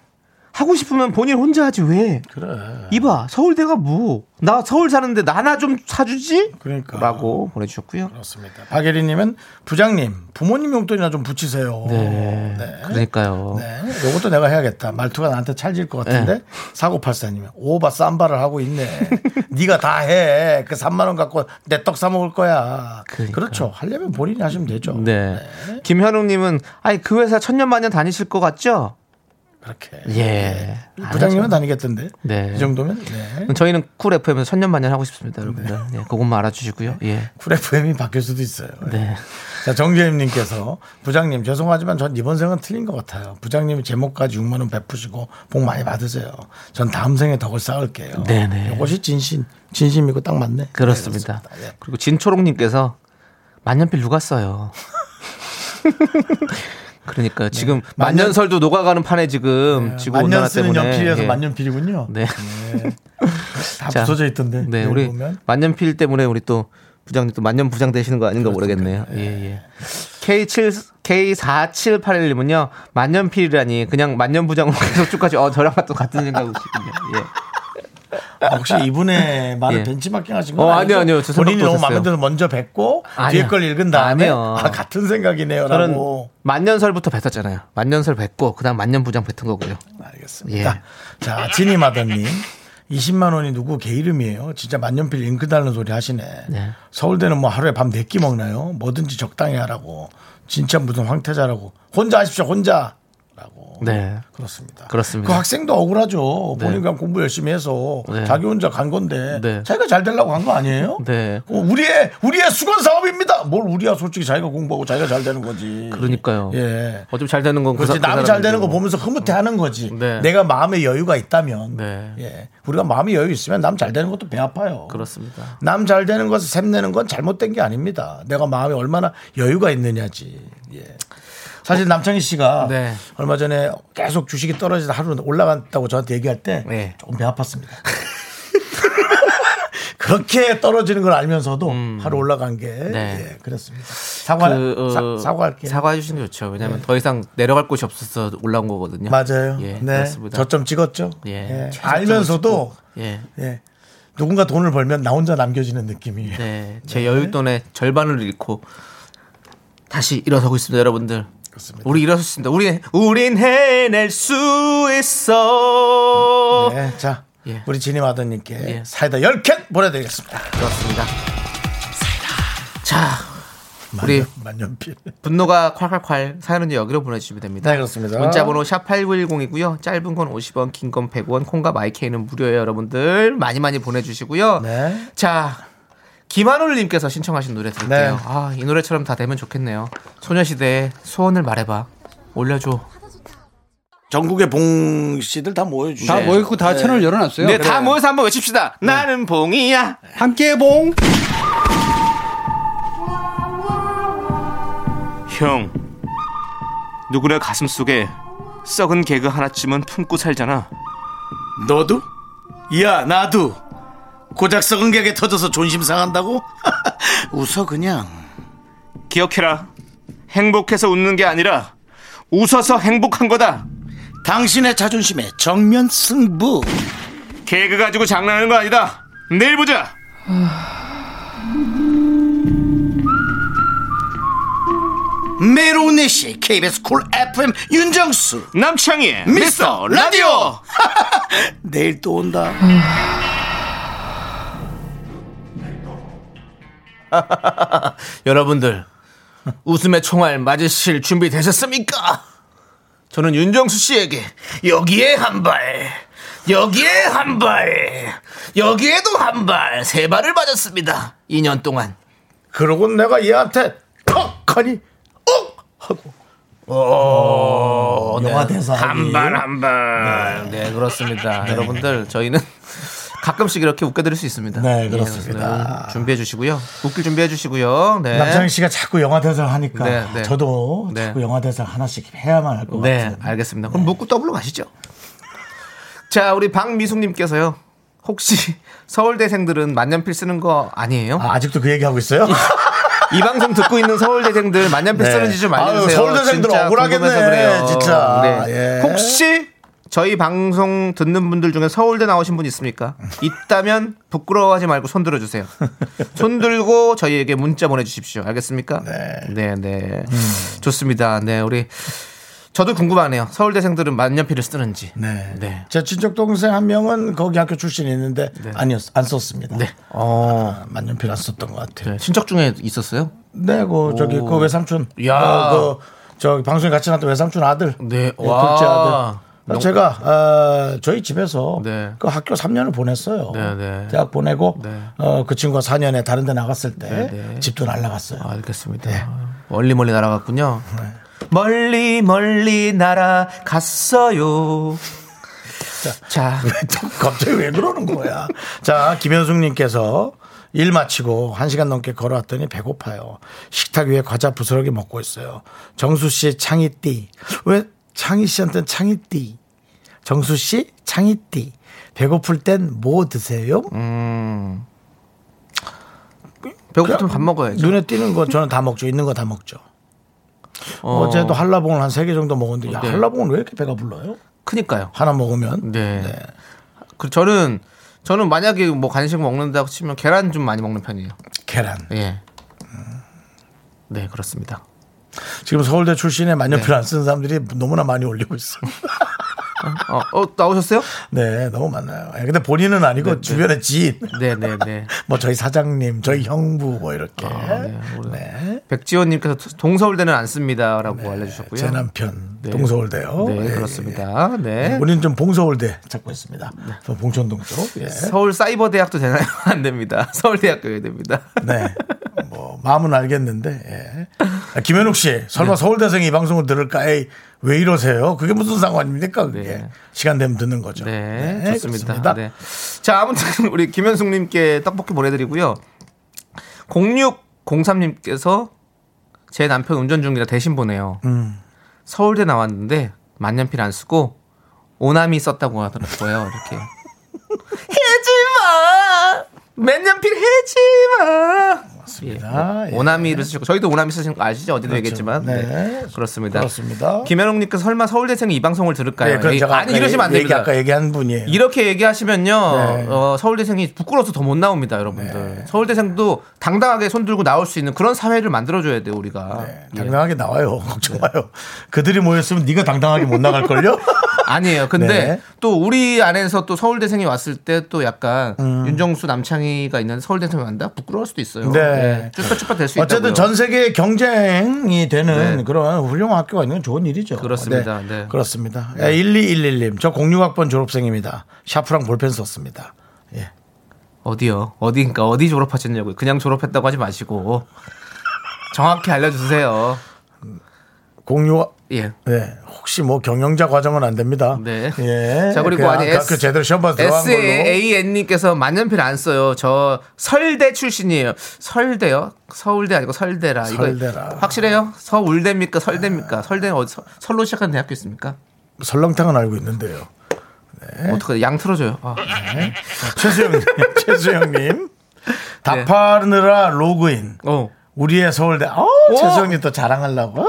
하고 싶으면 본인 혼자 하지 왜? 그러니까. 그래. 이봐 서울대가 뭐? 나 서울 사는데 나나 좀 사주지? 그러니까. 라고 보내주셨고요. 그렇습니다. 박예리님은 부장님, 부모님 용돈이나 좀 붙이세요. 네. 그러니까요. 네, 요것도 내가 해야겠다. 말투가 나한테 찰질 것 네. 같은데 사고팔사님이 오바 쌈바를 하고 있네. 네가 다 해. 그 3만 원 갖고 내 떡 사 먹을 거야. 그러니까. 그렇죠 하려면 본인이 하시면 되죠. 네. 김현웅님은 아니 그 회사 천년만년 다니실 것 같죠? 그렇게. 예. 네. 부장님은 다니겠던데. 네. 이 정도면. 네. 저희는 쿨 FM에서 천년만년 하고 싶습니다, 여러분들. 예, 그것만 알아주시고요. 예. 쿨 FM이 바뀔 수도 있어요. 네. 자, 정재임님께서 부장님 죄송하지만 전 이번 생은 틀린 것 같아요. 부장님이 제목까지 6만 원 베푸시고 복 많이 받으세요. 전 다음 생에 덕을 쌓을게요. 네네. 이것이 진심 진심이고 딱 맞네. 네, 그렇습니다. 그렇습니다. 예. 그리고 진초롱님께서 만년필 누가 써요? 그러니까요. 네. 지금 만년- 네, 만년설도 녹아가는 판에 지금 지구 만년 온난화 쓰는 때문에. 연필이어서 예. 만년필이군요. 음, 네. 다 자, 부서져 있던데. 네, 여기 우리 보면. 만년필 때문에 우리 또 부장님 또 만년 부장 되시는 거 아닌가 모르겠네요. 예, 예. K7 K4781님은요. 만년필이라니 그냥 만년 부장으로 계속 쭉까지 어 저랑 또 같은 생각이시군요. 예. 아, 혹시 이분의 말을 예. 벤치마킹 하신 건 어, 아니죠? 아니요, 아니요. 저 생각도 본인이 너무 못했어요. 마음에 들어서 먼저 뵙고 뒤에 아니요. 걸 읽은 다음에 아니요. 아, 같은 저는 생각이네요라고. 만년설부터 뱉었잖아요. 만년설 뱉고 그다음 만년 부장 뱉은 거고요. 알겠습니다. 예. 자, 진이마더님. 20만 원이 누구 개 이름이에요? 진짜 만년필 잉크 달는 소리 하시네. 네. 서울대는 뭐 하루에 밤 4끼 먹나요? 뭐든지 적당히 하라고. 진짜 무슨 황태자라고. 혼자 하십시오, 혼자! 라고. 네. 그렇습니다. 그렇습니다. 그 학생도 억울하죠. 네. 본인과 공부 열심히 해서 네. 자기 혼자 간 건데 네. 자기가 잘 되려고 간 거 아니에요? 네. 어, 우리의 우리의 수건 사업입니다. 뭘 우리야 솔직히 자기가 공부하고 자기가 잘 되는 거지. 그러니까요. 예. 어차피 잘 되는 건 그렇지 그 사- 그 남이 잘 되는 사람이고. 거 보면서 흐뭇해 하는 거지. 네. 내가 마음의 여유가 있다면. 네. 예. 우리가 마음의 여유 있으면 남 잘 되는 것도 배 아파요. 그렇습니다. 남 잘 되는 것을 샘내는 건 잘못된 게 아닙니다. 내가 마음에 얼마나 여유가 있느냐지. 예. 사실 남창희 씨가 어. 네. 얼마 전에 계속 주식이 떨어지다 하루 올라갔다고 저한테 얘기할 때 네. 조금 배 아팠습니다. 그렇게 떨어지는 걸 알면서도 하루 올라간 게 음. 네. 예, 그렇습니다. 사과 사, 과할게요 예. 어, 사과해 주시는 게 좋죠. 왜냐하면 더 이상 내려갈 곳이 없어서 올라온 거거든요. 맞아요. 예, 네. 그렇습니다. 저점 찍었죠. 예, 예. 최저점을 알면서도 예. 예. 누군가 돈을 벌면 나 혼자 남겨지는 느낌이에요. 네, 제 여윳돈의 절반을 잃고 다시 일어서고 있습니다, 여러분들. 그렇습니다. 우리 일어섰습니다. 우리 우린 해낼 수 있어. 네, 자, 예. 우리 진임 아드님께 예. 사이다 10캔 보내드리겠습니다. 그렇습니다. 자, 우리 만년- 만년필. 분노가 콸콸콸 사연은 여기로 보내주시면 됩니다. 네, 그렇습니다. 문자번호 샵 8910이고요. 짧은 건 50원, 긴 건 100원, 콩과 마이케이는 무료예요, 여러분들. 많이 많이 보내주시고요. 네. 자, 김한울님께서 신청하신 노래 들을게요. 네. 아, 이 노래처럼 다 되면 좋겠네요. 소녀시대의 소원을 말해봐. 올려줘. 전국의 봉 씨들 다 모여주세요. 다 모였고 다 채널 열어놨어요. 네, 다 모여서 한번 외칩시다. 나는 봉이야. 함께 봉. 형, 누구네 가슴 속에 썩은 개그 하나쯤은 품고 살잖아. 너도? 야 나도 고작 썩은 객에 터져서 존심 상한다고? 웃어 그냥 기억해라. 행복해서 웃는 게 아니라 웃어서 행복한 거다. 당신의 자존심에 정면 승부 개그 가지고 장난하는 거 아니다. 내일 보자. 매일 오후 4시 KBS 콜 FM 윤정수 남창희의 미스터 라디오 내일 또 온다 여러분들 웃음의 총알 맞으실 준비 되셨습니까? 저는 윤정수 씨에게 여기에 한 발 여기에 한 발 여기에도 한 발 세 발을 맞았습니다 2년 동안 그러곤 내가 얘한테 턱! 하니, 억! 하고. 오, 어, 네. 영화 대사. 한 발, 한 네 그렇습니다 여러분들 저희는 가끔씩 이렇게 웃겨드릴 수 있습니다 네, 예, 그렇습니다. 그래서 준비해 주시고요 웃길 준비해 주시고요 네. 남창희 씨가 자꾸 영화 대사를 하니까 네, 네. 저도 네. 자꾸 영화 대사 하나씩 해야만 할 것 네, 같아요. 알겠습니다. 그럼 묻고 더블로 가시죠. 자, 우리 박미숙님께서요. 혹시 서울대생들은 만년필 쓰는 거 아니에요? 아, 아직도 그 얘기하고 있어요? 이 방송 듣고 있는 서울대생들 만년필 네. 쓰는지 좀 아유, 알려주세요. 서울대생들 진짜 억울하겠네, 궁금해서 그래요. 진짜. 네. 예. 혹시 저희 방송 듣는 분들 중에 서울대 나오신 분 있습니까? 있다면 부끄러워하지 말고 손 들어 주세요. 손 들고 저희에게 문자 보내 주십시오. 알겠습니까? 네. 네, 네. 음. 좋습니다. 네, 우리 저도 궁금하네요. 서울대생들은 만년필을 쓰는지. 네. 네. 제 친척 동생 한 명은 거기 학교 출신이 있는데 아니었 안 썼습니다. 네. 어. 아, 만년필 안 썼던 것 같아요. 네, 친척 중에 있었어요? 네, 그 저기 그 외삼촌. 야. 어, 그 저기 방송에 같이 나왔던 외삼촌 아들. 예, 네. 와. 둘째 아들. 너- 그- 제가 어, 저희 집에서 네. 그 학교 3년을 보냈어요. 네, 네. 대학 보내고 네. 어, 그 친구가 4년에 다른 데 나갔을 때 네. 집도 날라갔어요. 알겠습니다. 예. 멀리 멀리 날아갔군요. 네. 멀리 멀리 날아갔어요. 자, 또 갑자기 왜 그러는 거야? 자, 김현숙님께서 일 마치고 한 시간 넘게 걸어왔더니 배고파요. 식탁 위에 과자 부스러기 먹고 있어요. 정수 씨 창이띠. 왜 창희 씨한테는 창이띠? 정수 씨 창이띠. 배고플 땐 뭐 드세요? 음, 배고프면 밥 먹어야죠. 눈에 띄는 거 저는 다 먹죠. 있는 거 다 먹죠. 어, 어. 제도 한라봉을 한 세 개 정도 먹었는데 야, 네. 한라봉은 왜 이렇게 배가 불러요? 크니까요. 하나 먹으면 네. 그 저는 저는 만약에 뭐 간식 먹는다고 치면 계란 좀 많이 먹는 편이에요. 계란. 예. 네, 그렇습니다. 지금 서울대 출신의 네. 만년필 안 쓰는 사람들이 너무나 많이 올리고 있어요. 어, 어, 나오셨어요? 네, 너무 많아요. 예, 근데 본인은 아니고 주변의 지인, 네, 네, 네. 뭐 저희 사장님, 저희 형부 뭐 이렇게. 네, 네, 우리 백지원님께서 동서울대는 안 쓰니다라고 알려주셨고요. 제 남편 네. 동서울대요. 네, 네, 예, 그렇습니다. 예. 네. 우리는 좀 봉서울대 찾고 있습니다. 저 봉천동 쪽. 예. 서울 사이버 대학도 되나요? 안 됩니다. 서울대학교에 됩니다. 네. 뭐 마음은 알겠는데. 예. 아, 김현욱 씨, 네. 설마 서울대생이 이 방송을 들을까? 에이, 왜 이러세요? 그게 무슨 상관입니까? 그게 네. 시간 되면 듣는 거죠. 네, 네, 좋습니다. 그렇습니다. 네. 자, 아무튼 우리 김현숙님께 떡볶이 보내드리고요. 0603님께서 제 남편 운전 중이라 대신 보내요. 음, 서울대 나왔는데 만년필 안 쓰고 오남이 썼다고 하더라고요. 이렇게 해지마 만년필 해지마. 맞습니다. 예. 오남이를 쓰시고 저희도 오남이 쓰신 거 아시죠? 어디도 얘기했지만 네. 그렇습니다. 그렇습니다. 김현웅님께서 설마 서울대생이 이 방송을 들을까요? 네, 그럼 에이, 제가 아니 아까 이러시면 안 얘기- 됩니다. 아까 얘기한 분이에요. 이렇게 얘기하시면요 네. 어, 서울대생이 부끄러워서 더 못 나옵니다 여러분들 서울대생도 당당하게 손 들고 나올 수 있는 그런 사회를 만들어줘야 돼요 우리가 예. 당당하게 나와요. 걱정 마요. 그들이 모였으면 네가 당당하게 못 나갈 걸요. 아니에요 근데 네. 또 우리 안에서 또 서울대생이 왔을 때 또 약간 윤정수 남창희가 있는 서울대생이 왔다 부끄러울 수도 있어요 음. 예. 네. 쭈뼛쭈뼛 될 수 있다 어쨌든 전 세계 경쟁이 되는 네. 그런 훌륭한 학교가 있는 건 좋은 일이죠. 그렇습니다. 네. 그렇습니다. 1211님, 저 06학번 졸업생입니다. 샤프랑 볼펜 썼습니다. 예. 어디요? 어디니까 어디 졸업하셨냐고요. 그냥 졸업했다고 하지 마시고 정확히 알려주세요. 06 예. 네. 혹시 뭐 경영자 과정은 안 됩니다. 네. 예. 자 그리고 그 아니 아까 그 제대로 시험 봐서 들어간 걸로. SAAN님께서 만년필 안 써요. 저 설대 출신이에요. 설대요? 서울대 아니고 설대라. 이거 설대라. 확실해요? 서울대입니까? 설대입니까? 설대 어디 서- 설로 시작하는 대학교 있습니까? 설렁탕은 알고 있는데요. 예. 어떡해? 양 틀어줘요. 아. 최수영님, 최수영님. 네. 답하느라 로그인. 어. 우리의 서울대. 어, 최수영님 또 자랑하려고.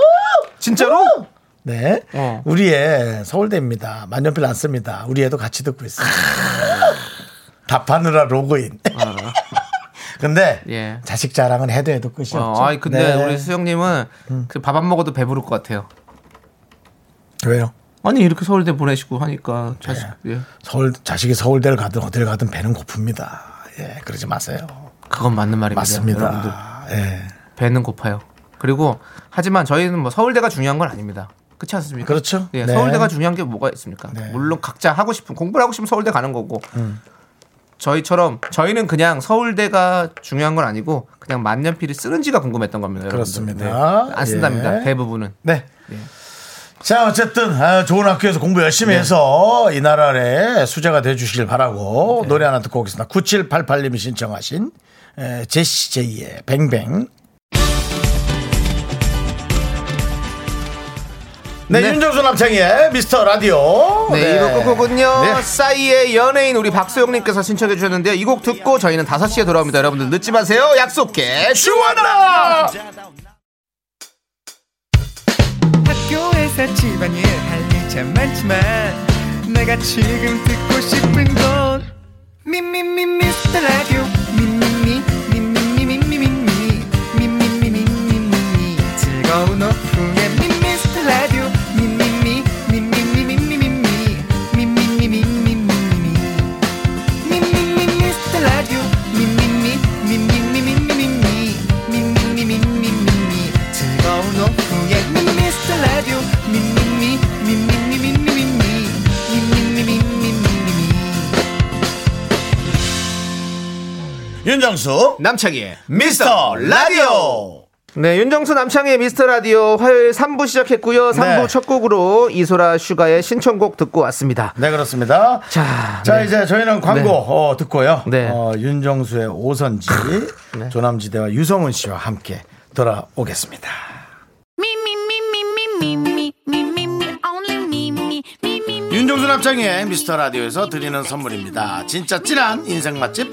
진짜로? 네. 어. 우리의 서울대입니다. 만년필 안 씁니다. 우리 애도 같이 듣고 있습니다. 아. 답하느라 로그인. 근데 예. 자식 자랑은 해도 해도 끝이 없죠. 어, 아니 근데 네. 음. 우리 수영님은 그 밥 안 먹어도 배부를 것 같아요. 왜요? 아니 이렇게 서울대 보내시고 하니까 자식 예. 서울 자식이 서울대를 가든 어디를 가든 배는 고픕니다. 예, 그러지 마세요. 그건 맞는 말입니다. 여러분들. 맞습니다. 예. 배는 고파요. 그리고 하지만 저희는 뭐 서울대가 중요한 건 아닙니다. 그렇지 않습니까? 그렇죠. 예, 네. 서울대가 중요한 게 뭐가 있습니까? 네. 음. 물론 각자 하고 싶은 공부를 하고 싶으면 서울대 가는 거고 저희처럼 저희는 그냥 서울대가 중요한 건 아니고 그냥 만년필이 쓰는지가 궁금했던 겁니다. 여러분들. 그렇습니다. 네. 안 쓴답니다. 예. 대부분은. 네. 자, 어쨌든 아, 좋은 학교에서 공부 열심히 네. 해서 이 나라의 수재가 돼 주시길 네. 바라고 노래 하나 듣고 오겠습니다. 9788님이 신청하신 에, 제시 제이의 뱅뱅. 네, 윤정수 남창희의 미스터 라디오. 네, 이거 끝곡은요. 네. 싸이의 연예인 우리 박소영님께서 신청해 주셨는데요. 이 곡 듣고 저희는 5시에 돌아옵니다. 여러분들 늦지 마세요. 약속해. 주원아! 학교에서 집안일 할 일 참 많지만 내 내가 지금 듣고 싶은 건 미미미 미스터 라디오 미미미 미미미 미미미 미미미 미미미 미미미 즐거운 오후에 미스터 라디오 미미미 미미미 미미미 미미미 미미미 미미미 윤정수 남창희의 미스터 라디오 네, 윤정수 남창희의 미스터 라디오 화요일 3부 시작했고요. 3부 네. 첫 곡으로 이소라 슈가의 신청곡 듣고 왔습니다. 네 그렇습니다. 아, 자, 자 네. 이제 저희는 광고 네. 어, 듣고요. 네. 어, 윤정수의 오선지 네. 조남지대와 유성훈 씨와 함께 돌아오겠습니다. 윤정수 남창의 미스터 라디오에서 드리는 선물입니다 진짜 찐한 인생 맛집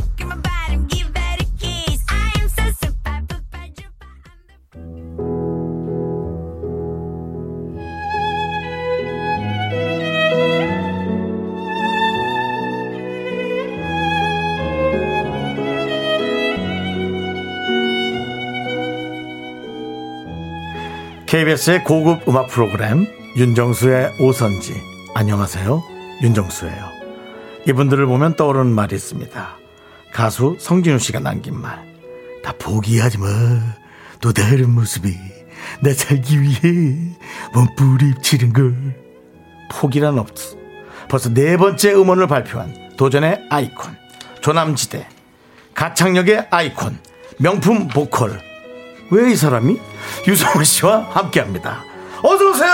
KBS의 고급 음악 프로그램 윤정수의 오선지 안녕하세요 윤정수예요. 이분들을 보면 떠오르는 말이 있습니다. 가수 성진우 씨가 남긴 말. 다 포기하지 마. 또 다른 모습이 나 살기 위해 몸부림치는 걸. 포기란 없어. 벌써 네 번째 음원을 발표한 도전의 아이콘 조남지대 가창력의 아이콘 명품 보컬 왜 이 사람이 유성훈 씨와 함께합니다. 어서 오세요.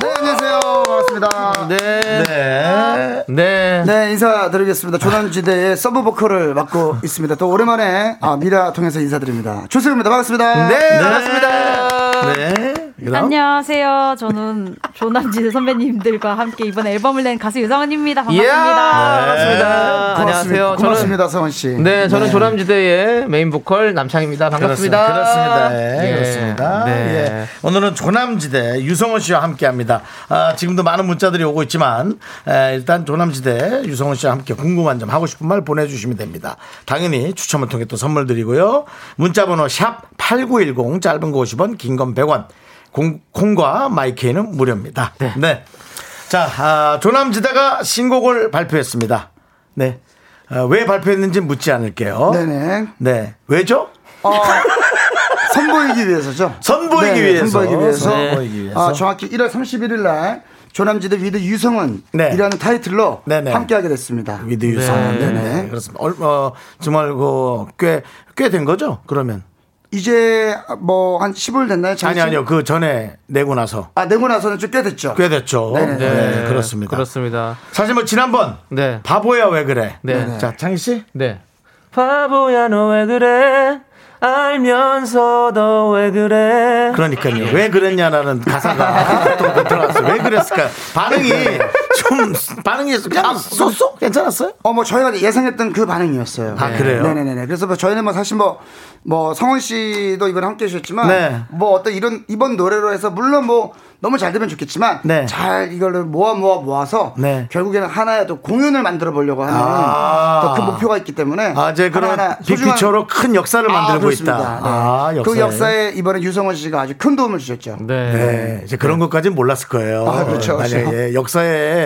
네, 안녕하세요. 반갑습니다. 네. 네. 네. 네, 인사드리겠습니다. 조남지대의 서브 보컬을 맡고 있습니다. 또 오랜만에 아, 미라 통해서 인사드립니다. 조세호입니다. 네, 반갑습니다. 반갑습니다. 네. 그다음 안녕하세요. 저는 조남지 선배님들과 함께 이번 앨범을 낸 가수 예. 네. 유성은입니다. 이야, 반갑습니다. 반갑습니다. 안녕하세요. 저는 고맙습니다, 성원 씨. 네, 저는 조남지대의 메인 보컬 남창입니다. 반갑습니다. 그렇습니다. 예, 예. 그렇습니다. 네. 예. 오늘은 조남지대 유성원 씨와 함께합니다. 아, 지금도 많은 문자들이 오고 있지만 에, 일단 조남지대 유성원 씨와 함께 궁금한 점 하고 싶은 말 보내주시면 됩니다. 당연히 추첨을 통해 또 선물 드리고요. 문자번호 샵 #8910 짧은 거 50원, 긴 건 100원. 공, 콩과 마이케이는 무료입니다. 네. 자, 아, 조남지대가 신곡을 발표했습니다. 네. 아, 왜 발표했는지 묻지 않을게요. 네네. 네. 왜죠? 선보이기 위해서죠. 네, 선보이기 위해서. 선보이기 위해서. 네. 선보이기 위해서. 아, 정확히 1월 31일 날 조남지대 위드 유성은 네. 이라는 타이틀로 네네. 함께하게 됐습니다. 위드 유성. 네. 네네. 그렇습니다. 얼, 어, 정말 그꽤꽤 된 거죠? 그러면 이제 뭐 한 10월 됐나요? 잠시? 아니 아니요 그 전에 내고 나서 아, 내고 나서는 좀 꽤 됐죠. 꽤 됐죠. 네, 그렇습니다. 그렇습니다. 사실 뭐 지난번 네. 바보야 왜 그래? 네. 네. 자 창희 씨 네. 바보야 너 왜 그래? 알면서 너 왜 그래? 그러니까요 왜 그랬냐라는 가사가 또 들어왔어요. 왜 그랬을까? 반응이 좀 아, 반응이 그냥 쏙쏙 괜찮았어요? 어, 뭐 저희가 예상했던 그 반응이었어요. 아, 그래요? 네네네. 그래서 뭐 저희는 뭐 사실 뭐, 뭐 성원 씨도 이번에 함께 해주셨지만, 네. 뭐 어떤 이런, 이번 노래로 해서 물론 뭐 너무 잘 되면 좋겠지만, 네. 잘 이걸로 모아 모아 모아서, 네. 결국에는 하나의 또 공연을 만들어 보려고 하는 아. 또그 목표가 있기 때문에, 아, 이제 그런 하나하나 소중한- 빅피처로 큰 역사를 만들고 그렇습니다. 있다. 네. 아, 역사에. 그 역사에 이번에 유성원 씨가 아주 큰 도움을 주셨죠. 네. 네, 이제 그런 것까지는 몰랐을 거예요. 아, 그렇죠, 만약에 그렇죠. 역사에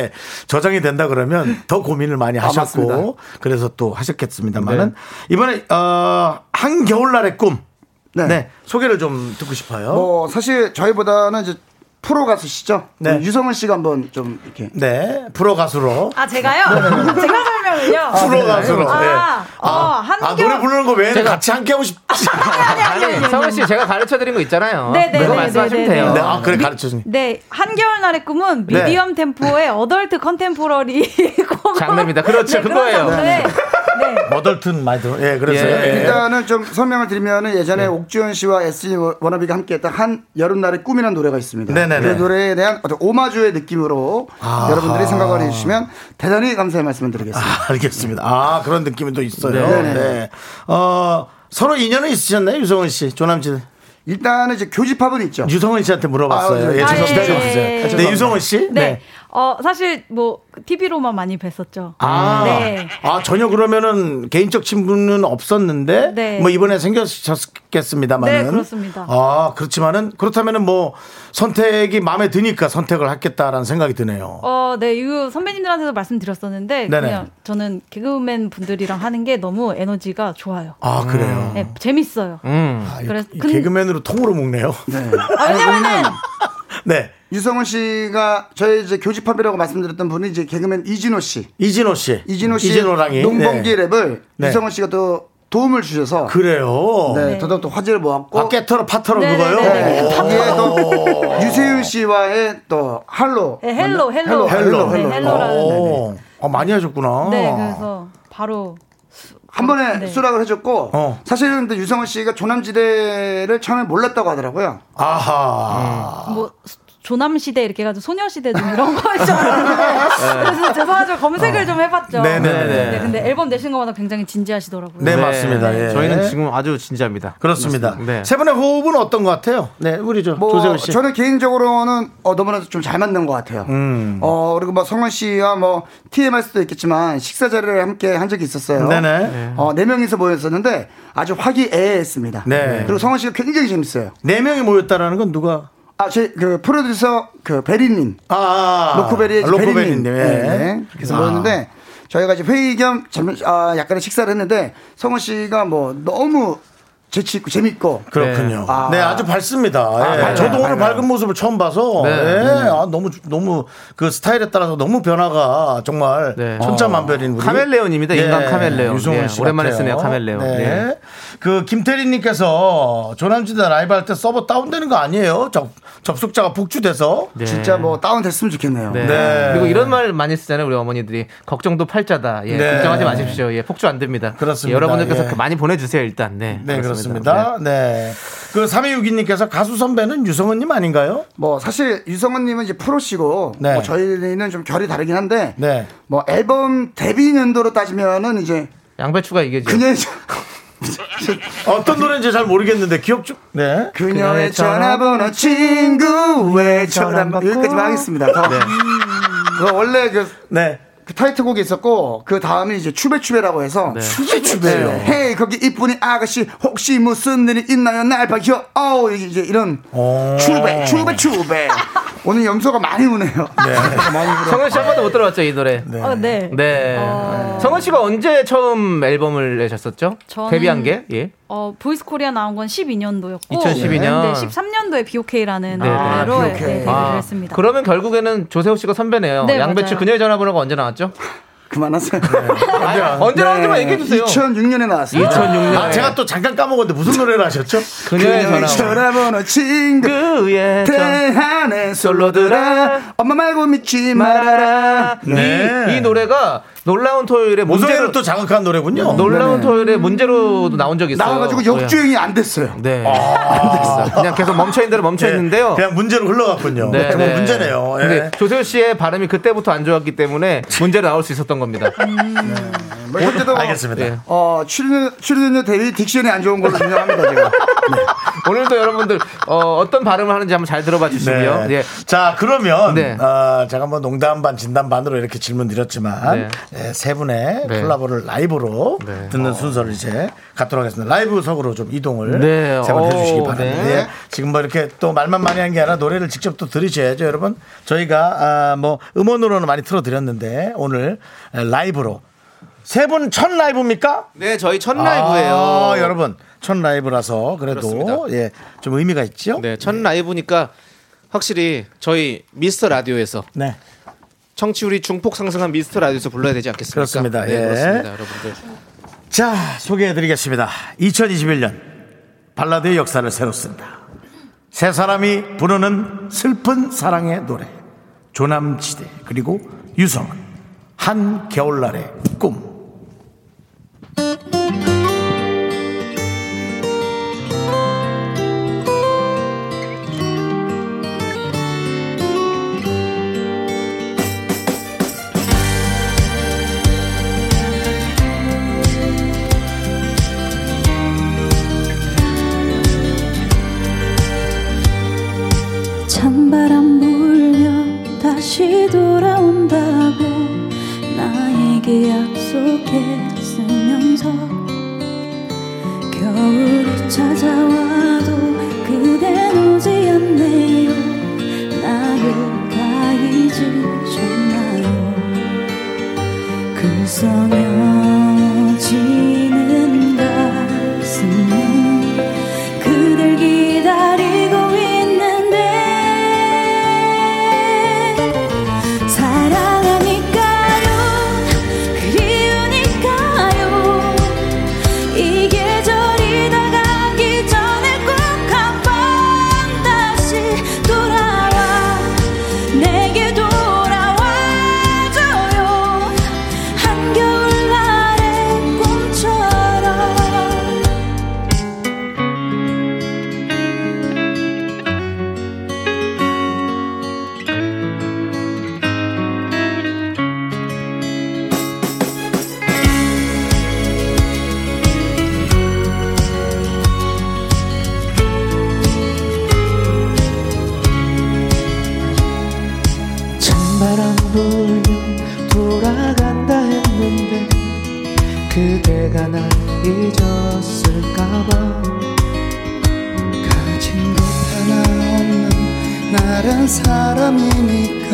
저장이 된다 그러면 더 고민을 많이 하셨고, 아, 맞습니다. 그래서 또 하셨겠습니다만은 이번에 어, 한 겨울날의 꿈. 네. 네. 소개를 좀 듣고 싶어요. 뭐 사실 저희보다는 이제 프로 가수시죠. 네. 유성원 씨가 한번 좀 이렇게 네, 프로 가수로. 아 제가요? 제가 프로랑은요? 프로가 프로. 네. 아, 어, 한결. 아, 노래 부르는 거 외에는 제가- 같이 함께 하고 싶. 아니, 아니, 아니 아니. 성훈 씨 제가 가르쳐 드린 거 있잖아요. 네, 네, 그거 네, 말씀하시면 네, 네, 돼요. 네, 아 그래 가르쳐 주니. 네, 한겨울날의 꿈은 네. 미디엄 템포의 어덜트 컨템포러리 꿈. 장르입니다. 그렇죠, 그거예요. 네. 어덜튼 많이 들어. 예, 그래서 예. 예. 일단은 좀 설명을 드리면은 네. 예전에 옥주현 씨와 SG 워너비가 함께했던 한 여름날의 꿈이라는 노래가 있습니다. 네네네. 그 노래에 대한 어떤 오마주의 느낌으로 여러분들이 생각을 해주시면 대단히 감사의 말씀을 드리겠습니다. 아, 알겠습니다. 아 그런 느낌이 또 있어요. 네, 네. 네. 어 서로 인연은 있으셨나요, 유성은 씨, 조남진? 일단은 이제 교집합은 있죠. 아. 유성은 씨한테 물어봤어요. 아, 네. 예, 아, 죄송합니다. 예, 기다려 예, 예. 주세요. 네, 유성은 씨. 네. 어, 사실 뭐 TV로만 많이 뵀었죠. 아, 네. 아 전혀 그러면은 개인적 친분은 없었는데 네. 뭐 이번에 생겼겠습니다만은 네, 그렇습니다. 아 그렇지만은 그렇다면은 뭐 선택이 마음에 드니까 선택을 하겠다라는 생각이 드네요. 어, 네, 이거 선배님들한테도 말씀드렸었는데 네네. 그냥 저는 개그맨 분들이랑 하는 게 너무 에너지가 좋아요. 아 그래요. 네, 재밌어요. 아, 이- 그래서 이 근- 개그맨으로 통으로 먹네요. 네. 아, 왜냐면은 네. 유성훈 씨가 저희 이제 교집합이라고 말씀드렸던 분이 이제 개그맨 이진호 씨. 이진호 씨. 이진호 씨 랑이 농번기 랩을 네. 유성훈 씨가 또 도움을 주셔서 그래요. 네, 더더욱 또 화제를 모았고 아 깨터로 파터로 네, 그거요. 어, 예, 네, 네, 오. 거기에 예, 또 유세윤 씨와의 또 할로 네, 맞나? 헬로, 헬로. 헬로 네, 헬로 헬로라는. 오. 아, 많이 하셨구나. 네, 그래서 바로 한 번에 네. 수락을 해줬고 어. 사실은 근데 유성훈 씨가 조남지대를 처음에 몰랐다고 하더라고요. 그- 아하. 뭐 조남 시대 이렇게 해가지고 소녀 시대 좀 이런 거일 줄 알았는데 그래서 죄송하지만 검색을 좀 음. 해봤죠. 네네네. 네, 근데 앨범 내신 것마다 굉장히 진지하시더라고요. 네, 맞습니다. 예. 저희는 지금 아주 진지합니다. 그렇습니다. 맞습니다. 네. 세 분의 호흡은 어떤 것 같아요? 네, 우리 저 뭐 조세호 씨. 저는 개인적으로는 어, 너무나 좀 잘 맞는 것 같아요. 음. 어 그리고 뭐 성원 씨와 뭐 TMS도 있겠지만 식사 자리를 함께 한 적이 있었어요. 네네. 어네 명이서 모였었는데 아주 화기애애했습니다. 네. 그리고 성원 씨가 굉장히 재밌어요. 네 명이 모였다라는 건 누가? 아제그 프로듀서 그 베리님 아, 아, 아. 로코베리의 아, 로코베리님. 베리님. 예. 네, 네. 그래서 아. 모였는데 저희가 이제 회의 겸 잠- 아, 약간의 식사를 했는데 성원 씨가 뭐 너무 재치 있고 재밌고 그렇군요. 네. 아. 네, 아주 밝습니다. 예. 밝아요, 저도 오늘 밝아요. 밝은 모습을 처음 봐서 네. 예. 아, 너무 너무 그 스타일에 따라서 너무 변화가 정말 네. 천차만별인 우리 네. 카멜레온입니다. 인간 카멜레온. 유성훈 예, 씨 오랜만에 같아요. 쓰네요, 카멜레온. 네. 네. 그 김태리님께서 조남지대 라이브 할 때 서버 다운되는 거 아니에요? 접, 접속자가 폭주돼서 네. 진짜 뭐 다운 됐으면 좋겠네요. 네. 네. 그리고 이런 말 많이 쓰잖아요, 우리 어머니들이. 걱정도 팔자다. 예, 네. 걱정하지 마십시오. 예, 폭주 안 됩니다. 그렇습니다. 예, 여러분들께서 예. 그 많이 보내주세요, 일단. 네. 네, 그렇습니다. 네. 그 3262님께서 가수 선배는 유성은님 아닌가요? 뭐 사실 유성원님은 이제 프로시고 네. 뭐 저희는 좀 결이 다르긴 한데 네. 뭐 앨범 데뷔 년도로 따지면은 이제 네. 양배추가 이게죠. 그녀의 어떤 노래인지 잘 모르겠는데 기억 좀. 네. 그녀의 전화번호 친구 왜 전화 네. 여기까지 하겠습니다. 더. 그 원래 그, 네. 그 타이틀곡이 있었고 그 다음에 이제 추배추배라고 해서 추배추배요. 헤이 거기 이쁜이 아가씨 혹시 무슨 일이 있나요? 날 밝혀. 어우 이제 이런 어. 오. 추배 추배 추배. 오늘 염소가 많이 우네요. 아, 성현 씨한 번도 못 들어봤죠, 이 노래. 네. 어, 네. 성현 씨가 언제 처음 앨범을 내셨었죠? 어. 저는- 데뷔한 게? 예. 어, 보이스 코리아 나온 건 12년도였고 2012 년. 네, 13년도에 BOK라는 네, 네. 노래로 아, 네, BOK. 데뷔를 아, 했습니다. 그러면 결국에는 조세호 씨가 선배네요. 네, 양배추 맞아요. 그녀의 전화번호가 언제 나왔죠? 그만하세요. 아니, 언제 나왔는지만 얘기해 주세요. 2006년에 나왔어요. 2006년. 아, 제가 또 잠깐 까먹었는데 무슨 노래를 하셨죠? 그녀의 전화번호. 네, 전화번호 친구 그의 대한의 솔로들아 엄마 말고 믿지 말아라 말아라. 네. 이, 이 노래가 놀라운 토요일에 모성애를 문제로 또 자극한 노래군요. 놀라운 토요일에 문제로도 나온 적이 있어요. 나와가지고 역주행이 안 됐어요. 네. 안 됐어요. 그냥 계속 멈춰 있는 대로 멈춰 네. 있는데요. 그냥 문제로 흘러갔군요. 네, 정말 네. 문제네요. 예. 근데 조세호 씨의 발음이 그때부터 안 좋았기 때문에 문제로 나올 수 있었던 겁니다. 뭐 이럴 때도 알겠습니다. 예. 어 출연 출연료 대비 딕션이 안 좋은 걸로 유명합니다 제가. 오늘도 여러분들 어, 떤 발음을 하는지 한번 잘 들어봐 주시고요. 네. 예. 자, 그러면 네. 아, 제가 뭐 농담 반 진담 반으로 이렇게 질문 드렸지만 예, 세 분의 네. 콜라보를 라이브로 네. 듣는 순서를 이제 갖도록 하겠습니다. 라이브석으로 좀 이동을 네. 세 분 해주시기 오, 바랍니다. 네. 예. 지금 뭐 이렇게 또 말만 많이 한 게 아니라 노래를 직접 또 들으셔야죠, 여러분. 저희가 아, 뭐 음원으로는 많이 틀어드렸는데 오늘 에, 라이브로 세 분 첫 라이브입니까? 네, 저희 첫 라이브예요. 아, 여러분 첫 라이브라서 그래도 어. 그렇습니다. 예, 좀 의미가 있죠. 네, 첫 라이브니까 확실히 저희 미스터 라디오에서 네. 청취율이 중폭 상승한 미스터 라디오에서 불러야 되지 않겠습니까? 그렇습니다. 네, 예. 그렇습니다, 여러분들. 자, 소개해드리겠습니다. 2021년 발라드의 역사를 새로 쓴다. 세 사람이 부르는 슬픈 사랑의 노래. 조남지대 그리고 유성은 한 겨울날의 꿈. 찬바람 불면 다시 돌아온다고 나에게 약속했으면서 겨울이 찾아와도 그댄 오지 않네요 나를 다 잊으셨나요 그 글썽여지는 가슴에 그댈 기다리고 있는데 사랑하니까요 그 그리우니까요 이 계절이 다가기 전에 꼭 한 번 다시 돌아와 내게 돌아와줘요 한겨울날의 꿈처럼 찬바람 불면 돌아간다 했는데 그대가 날 잊었을까봐 가진 것 하나 없는 나란 사람이니까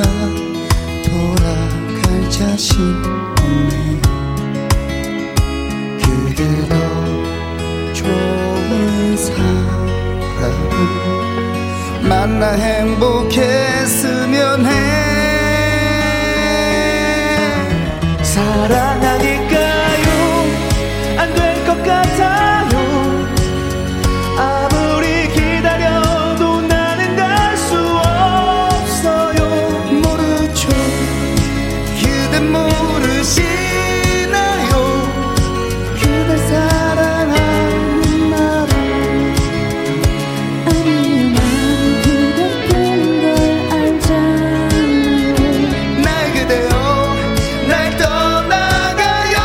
돌아갈 자신 없네요 그대도 좋은 사람 만나 행복했으면 해 사랑하니까요 안 될 것 같아요 아무리 기다려도 나는 갈 수 없어요 모르죠 그댄 모르시나요 그댈 사랑하는 나를 아니 난 그댈 뺀걸 알잖아요 날 그대요 날 떠나가요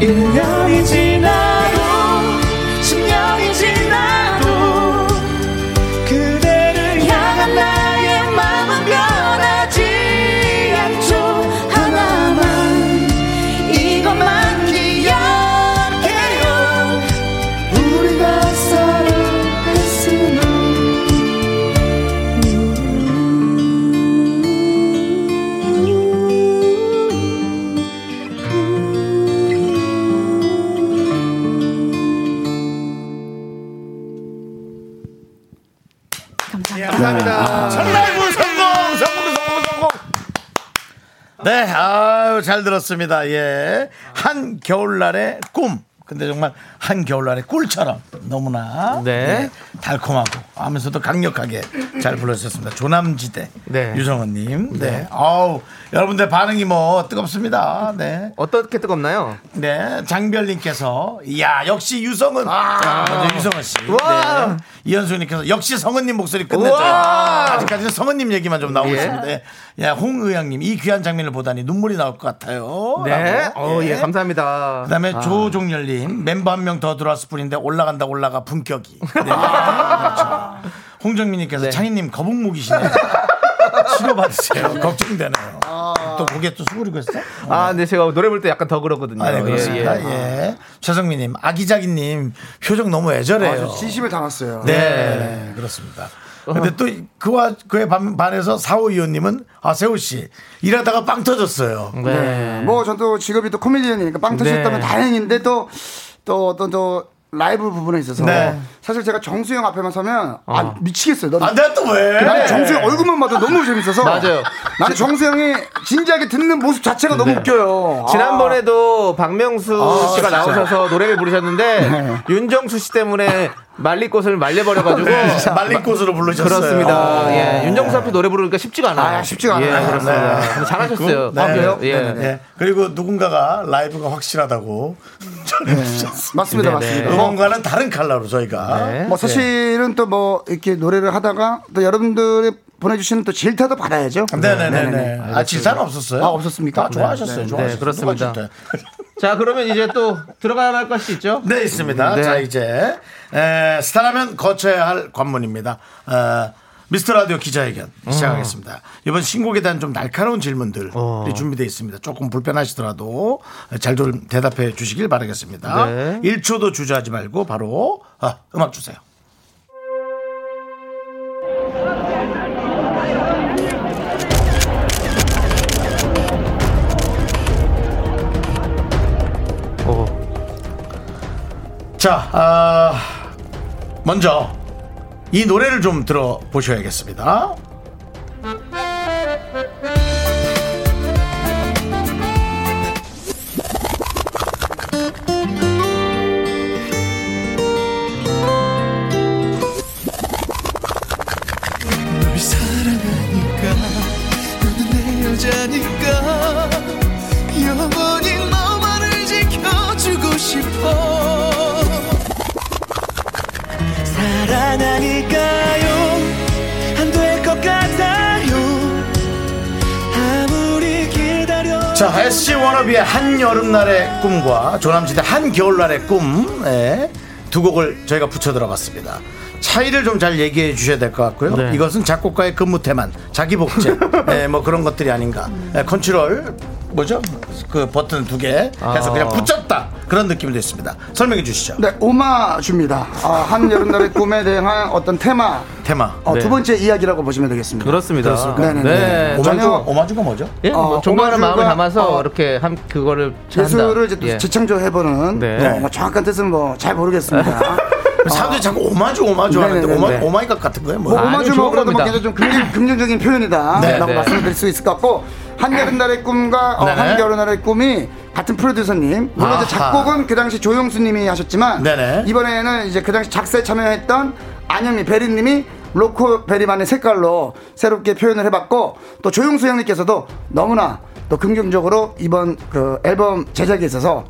일년이 지나도 십년이 지나도 그대를 향한 나의 마음은 변하지 않죠 하나만 이것만 기억해요 우리가 사랑했으면 감사합니다. 라이브 성공! 성공, 성공, 성공! 네, 아유, 잘 들었습니다. 예. 한 겨울날의 꿈. 근데 정말 한 겨울날의 꿀처럼 너무나 네. 예, 달콤하고 하면서도 강력하게 잘 불러주셨습니다. 조남지대 네. 유성은님. 네. 아우 여러분들 반응이 뭐 뜨겁습니다. 네. 어떻게 뜨겁나요? 네, 장별님께서 이야 역시 유성은 자, 먼저 유성은 씨. 우와. 네. 이현수님께서 역시 성은님 목소리 끝내죠. 우와. 아직까지는 성은님 얘기만 좀 나오고 예. 있습니다. 예. 야 홍의향님 이 귀한 장면을 보다니 눈물이 나올 것 같아요. 네. 라고. 어, 예, 감사합니다. 그다음에 아. 조종열님 멤버 한 명 더 들어왔을 뿐인데 올라간다 올라가 품격이. 네. 그렇죠. 네. 홍정민님께서 창희님 거북목이시네. 요 치료받으세요. 걱정되네요. 또 고개 또 수그리고 했어? 아, 근데 제가 노래 부를 때 약간 더 그러거든요. 아, 네, 그렇습니다. 예, 예. 예. 최성민님, 아기자기님, 표정 너무 애절해요. 아주 어, 진심을 담았어요. 네, 네, 그렇습니다. 어. 근데 또 그와 그에 반, 반해서 사오 의원님은 아 세호 씨 일하다가 빵 터졌어요. 음. 네. 뭐 전 또 직업이 또 코미디언이니까 빵 예. 네. 터졌다면 다행인데 또 또 어떤 또 라이브 부분에 있어서 네. 사실 제가 정수영 앞에만 서면 아 어. 미치겠어요. 난, 아, 내가 또 왜? 네. 나는 그 정수영 얼굴만 봐도 너무 재밌어서 네. 맞아요. 나는 정수영이 진지하게 듣는 모습 자체가 너무 네. 웃겨요. 지난번에도 박명수 아, 씨가 진짜. 나오셔서 노래를 부르셨는데 윤정수 씨 때문에 말리꽃을 말려버려가지고 네, 진짜 말리꽃으로 부르셨어요. 그렇습니다. 아. 예, 윤정수 앞에 노래 부르니까 쉽지가 않아요. 예, 그렇습니다. 근데 잘하셨어요. 네. 아, 예. 네. 네. 그리고 누군가가 라이브가 확실하다고 전해주셨습니다. 맞습니다, 네, 맞습니다. 네. 음원과는 다른 컬러로 저희가. 뭐 사실은 또 뭐 이렇게 노래를 하다가 또 여러분들이 보내주시는 또 질타도 받아야죠. 네네네네. 아, 질사는 없었어요? 아, 없었습니까? 아, 좋아하셨어요. 네, 좋아하셨어요. 네, 그렇습니다. 누가 좋대. 자, 그러면 이제 또 들어가야 할 것이 있죠? 네, 있습니다. 네. 자, 이제 에, 스타라면 거쳐야 할 관문입니다. 어, 미스터 라디오 기자회견 어. 시작하겠습니다. 이번 신곡에 대한 좀 날카로운 질문들이 준비되어 있습니다. 조금 불편하시더라도 잘 좀 대답해 주시길 바라겠습니다. 네. 1초도 주저하지 말고 바로 아, 음악 주세요. 자, 아, 먼저 이 노래를 좀 들어보셔야겠습니다. 널 사랑하니까 너는 내 여자니까 영원히 너만을 지켜주고 싶어 사랑하니까요 안 될 것 같아요 아무리 기다려 자, SG 워너비의 한여름날의 꿈과 조남지대 한겨울날의 꿈, 예, 두 곡을 저희가 붙여 들어봤습니다. 차이를 좀 잘 얘기해 주셔야 될 것 같고요. 네. 이것은 작곡가의 근무 태만, 자기 복제, 예, 뭐 그런 것들이 아닌가. 예, 컨트롤, 뭐죠? 그 버튼 두 개 해서 아. 그냥 붙였다. 그런 느낌도 있습니다. 설명해 주시죠. 네, 오마주입니다. 아, 한여름날의 꿈에 대한 어떤 테마. 테마. 어, 네. 두 번째 이야기라고 보시면 되겠습니다. 그렇습니다. 네네네. 네. 전혀 오마주가 뭐죠? 예, 어, 뭐 존경하는 오마주가, 마음을 담아서 이렇게 한 그거를 예술을 이제 또 예. 재창조해보는 네. 어, 뭐 정확한 뜻은 뭐 잘 모르겠습니다. 사람들이 자꾸 오마주, 오마주 하는데 아. 네네네. 오마, 오마이갓 같은 거예요? 뭐 뭐예요? 오마주 먹으라도 뭐 굉장히 좀 긍정, 긍정적인 표현이다라고 네, 네. 말씀드릴 수 있을 것 같고 한여름날의 꿈과 어, 네. 한겨울날의 꿈이 같은 프로듀서님 물론 이제 아하. 작곡은 그 당시 조용수님이 하셨지만 네, 네. 이번에는 이제 그 당시 작사에 참여했던 안영미 베리님이 로코 베리만의 색깔로 새롭게 표현을 해봤고 또 조용수 형님께서도 너무나 또 긍정적으로 이번 그 앨범 제작에 있어서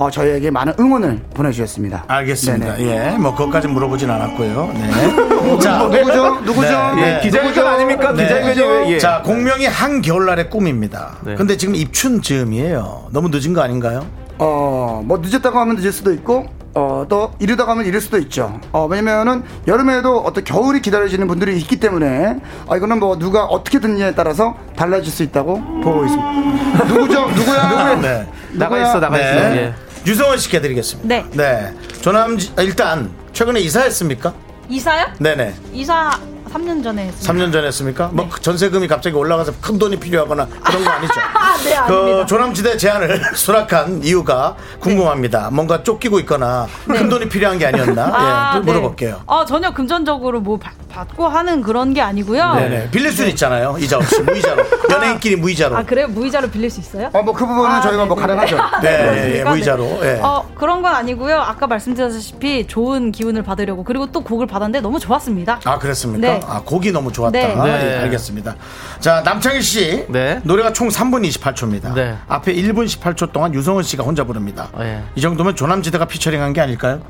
어, 저희에게 많은 응원을 보내주셨습니다. 알겠습니다. 네, 예, 뭐 그것까지 물어보진 않았고요. 네. 어, 누구죠? 누구죠? 네, 네. 기자회견 아닙니까? 네. 기자회견이 왜? 예. 자, 공명이 한겨울날의 꿈입니다. 네. 근데 지금 입춘 즈음이에요. 너무 늦은 거 아닌가요? 어, 뭐 늦었다고 하면 늦을 수도 있고, 어, 또 이르다고 하면 이를 수도 있죠. 어, 왜냐면은 여름에도 어떤 겨울이 기다려지는 분들이 있기 때문에, 아, 이거는 뭐 누가 어떻게 듣느냐에 따라서 달라질 수 있다고 보고 있습니다. 누구죠? 누구야? 네. 나가 있어, 나가 있어. 예. 유성원 씨께 드리겠습니다. 네. 네. 조남 지 일단 최근에 이사했습니까? 이사요? 네, 네. 이사 3년 전에 했습니다. 3년 전에 했습니까? 네. 뭐 전세금이 갑자기 올라가서 큰 돈이 필요하거나 그런 거 아니죠? 아, 네, 그 아닙니다. 조남지대 제안을 수락한 이유가 궁금합니다. 뭔가 쫓기고 있거나 큰 돈이 필요한 게 아니었나? 네. 아, 예, 네. 물어볼게요. 어, 전혀 금전적으로 뭐 받- 받고 하는 그런 게 아니고요. 네네. 빌릴 수는 있잖아요. 이자 없이 무이자로. 연예인끼리 무이자로. 아, 그래요? 무이자로 빌릴 수 있어요? 어, 뭐 그 부분은 저희가 뭐 가능하죠. 아, 네, 예, 예, 그렇습니까? 무이자로. 네. 예. 어, 그런 건 아니고요. 아까 말씀드렸다시피 좋은 기운을 받으려고 그리고 또 곡을 받았는데 너무 좋았습니다. 아 그랬습니까? 네. 아 곡이 너무 좋았다. 네. 예, 알겠습니다. 자 남창희 씨 네. 노래가 총 3분 28초입니다. 네. 앞에 1분 18초 동안 유성은 씨가 혼자 부릅니다. 어, 예. 이 정도면 조남지대가 피처링한 게 아닐까요?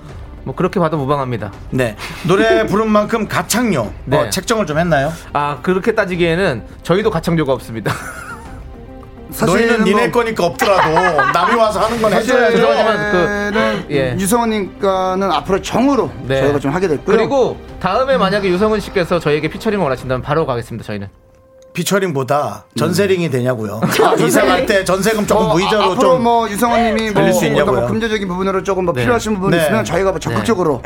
뭐 그렇게 봐도 무방합니다. 네 노래 부른 만큼 가창력 네. 어, 책정을 좀 했나요? 아 그렇게 따지기에는 저희도 가창조가 없습니다. 너희는 뭐 니네 거니까 없더라도 남이 와서 하는 건 해줘야죠. 죄송하지만 그 예. 유성원님과는 앞으로 정으로 네. 저희가 좀 하게 됐고요. 그리고 다음에 만약에 유성은 씨께서 저에게 피처링을 원하신다면 바로 가겠습니다. 저희는 피처링보다 전세링이 되냐고요. 이사 갈때 전세금 조금 어, 무이자로 앞으로 좀 뭐 유성원님이 뭐 빌릴 수 어떤 뭐 있냐고요. 금전적인 부분으로 조금 뭐 네. 필요하신 부분 이 네. 있으면 저희가 뭐 적극적으로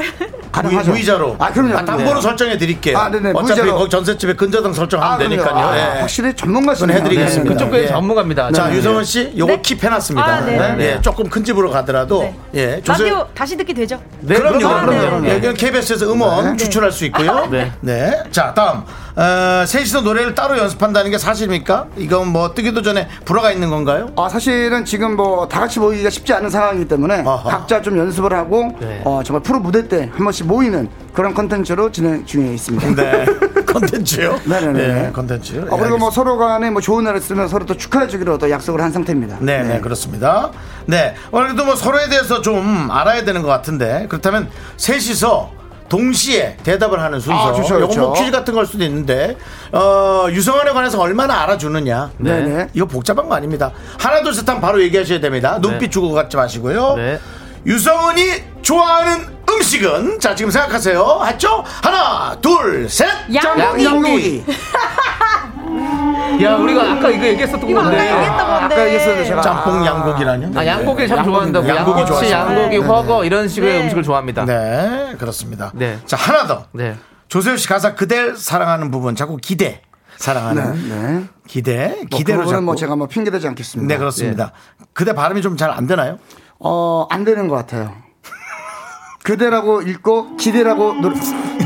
가능하죠. 무- 무이자로. 아, 그럼요. 아, 담보로 설정해 드릴게요. 아, 네네. 어차피 무이자로. 거기 전셋집에 근저당 설정하면 아, 그럼요. 되니까요. 아, 예. 확실히 전문가시네요. 예, 그건 해드리겠습니다. 네, 네, 네. 그쪽에 전문가입니다. 자, 네. 유성은 씨, 요거 킵해놨습니다. 아, 네. 네. 예, 조금 큰 집으로 가더라도 예, 조세- 라디오 네. 다시 듣기 되죠? 네, 그럼요. 아, 네. 그럼요. 예, 이건 KBS에서 음원 추출할 수 있고요. 네. 자, 다음. 어, 셋이서 노래를 따로 연습한다는 게 사실입니까? 이건 뭐 뜨기도 전에 불화가 있는 건가요? 아 사실은 지금 뭐 다 같이 모이기가 쉽지 않은 상황이기 때문에 각자 좀 연습을 하고 네. 어, 정말 프로 무대 때 한 번씩 모이는 그런 컨텐츠로 진행 중에 있습니다. 네. 컨텐츠요? 네네네. 네, 컨텐츠. 어, 그리고 뭐 서로 간에 뭐 좋은 날을 쓰면 서로 또 축하해 주기로 또 약속을 한 상태입니다. 네, 네, 그렇습니다. 네, 오늘도 뭐 서로에 대해서 좀 알아야 되는 것 같은데 그렇다면 셋이서 동시에 대답을 하는 순서. 아, 좋죠, 요거 뭐 좋죠. 퀴즈 같은 걸 수도 있는데 어, 유성환에 관해서 얼마나 알아주느냐. 네. 네. 이거 복잡한 거 아닙니다. 하나 둘 셋 하면 바로 얘기하셔야 됩니다. 눈빛 주고 갖지 마시고요. 네. 유성은이 좋아하는 음식은 자 지금 생각하세요. 했죠? 하나 둘 셋. 네. 양고기. 양고기. 야, 우리가 아까 이거 얘기했었던 이거 건데. 아까 얘기했던 건데. 아까 얘기했었는데 제가 짬뽕 양고기라뇨? 아, 양고기를 참 좋아한다고. 양고기 양고기, 좋아하시죠? 양고기, 네. 허거 이런 식의 네. 음식을 좋아합니다. 네, 그렇습니다. 네. 자, 하나 더. 네. 조세호 씨 가사 그댈 사랑하는 부분 자꾸 기대. 사랑하는 네. 네. 기대. 뭐 기대로 그거는 자꾸. 뭐 제가 예. 뭐 핑계 대지 않겠습니다. 네, 그렇습니다. 그대 발음이 좀 잘 안 되나요? 어, 안 되는 것 같아요. 그대라고 읽고 기대라고 노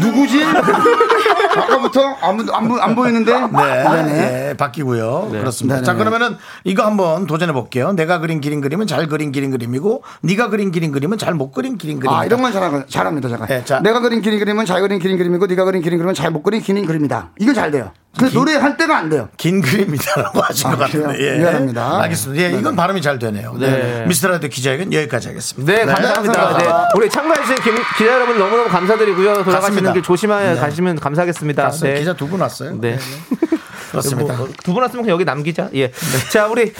누구지? 아까부터 안, 안, 안 보이는데. 네, 아, 네네. 네, 바뀌고요. 그렇습니다. 네네네. 자, 그러면은 이거 한번 도전해 볼게요. 내가 그린 기린 그림은 잘 그린 기린 그림이고, 네가 그린 기린 그림은 잘 못 그린 기린 그림. 아 이런 건 잘하, 잘합니다 제가 네, 자. 내가 그린 기린 그림은 잘 그린 기린 그림이고 네가 그린 기린 그림은 잘 못 그린 기린 그림이다 이거 잘 돼요 근데 노래할 때가 안 돼요 긴 그림이다라고 하신 아, 것 같은데. 예. 그래요? 미안합니다. 네, 알겠습니다. 예, 이건 발음이 잘 되네요. 네. 미스터라디오 기자회견 여기까지 하겠습니다. 네, 감사합니다. 네. 우리 참가해주신 김- 기자 여러분 너무너무 감사드리고요. 맞습니다. 돌아가시는 길 조심하여 네. 가시면 감사하겠습니다. 왔어요. 기자 두 분 왔어요. 네. 뭐, 그렇습니다. 네. 두분 왔으면 그냥 여기 남기자. 예. 자, 우리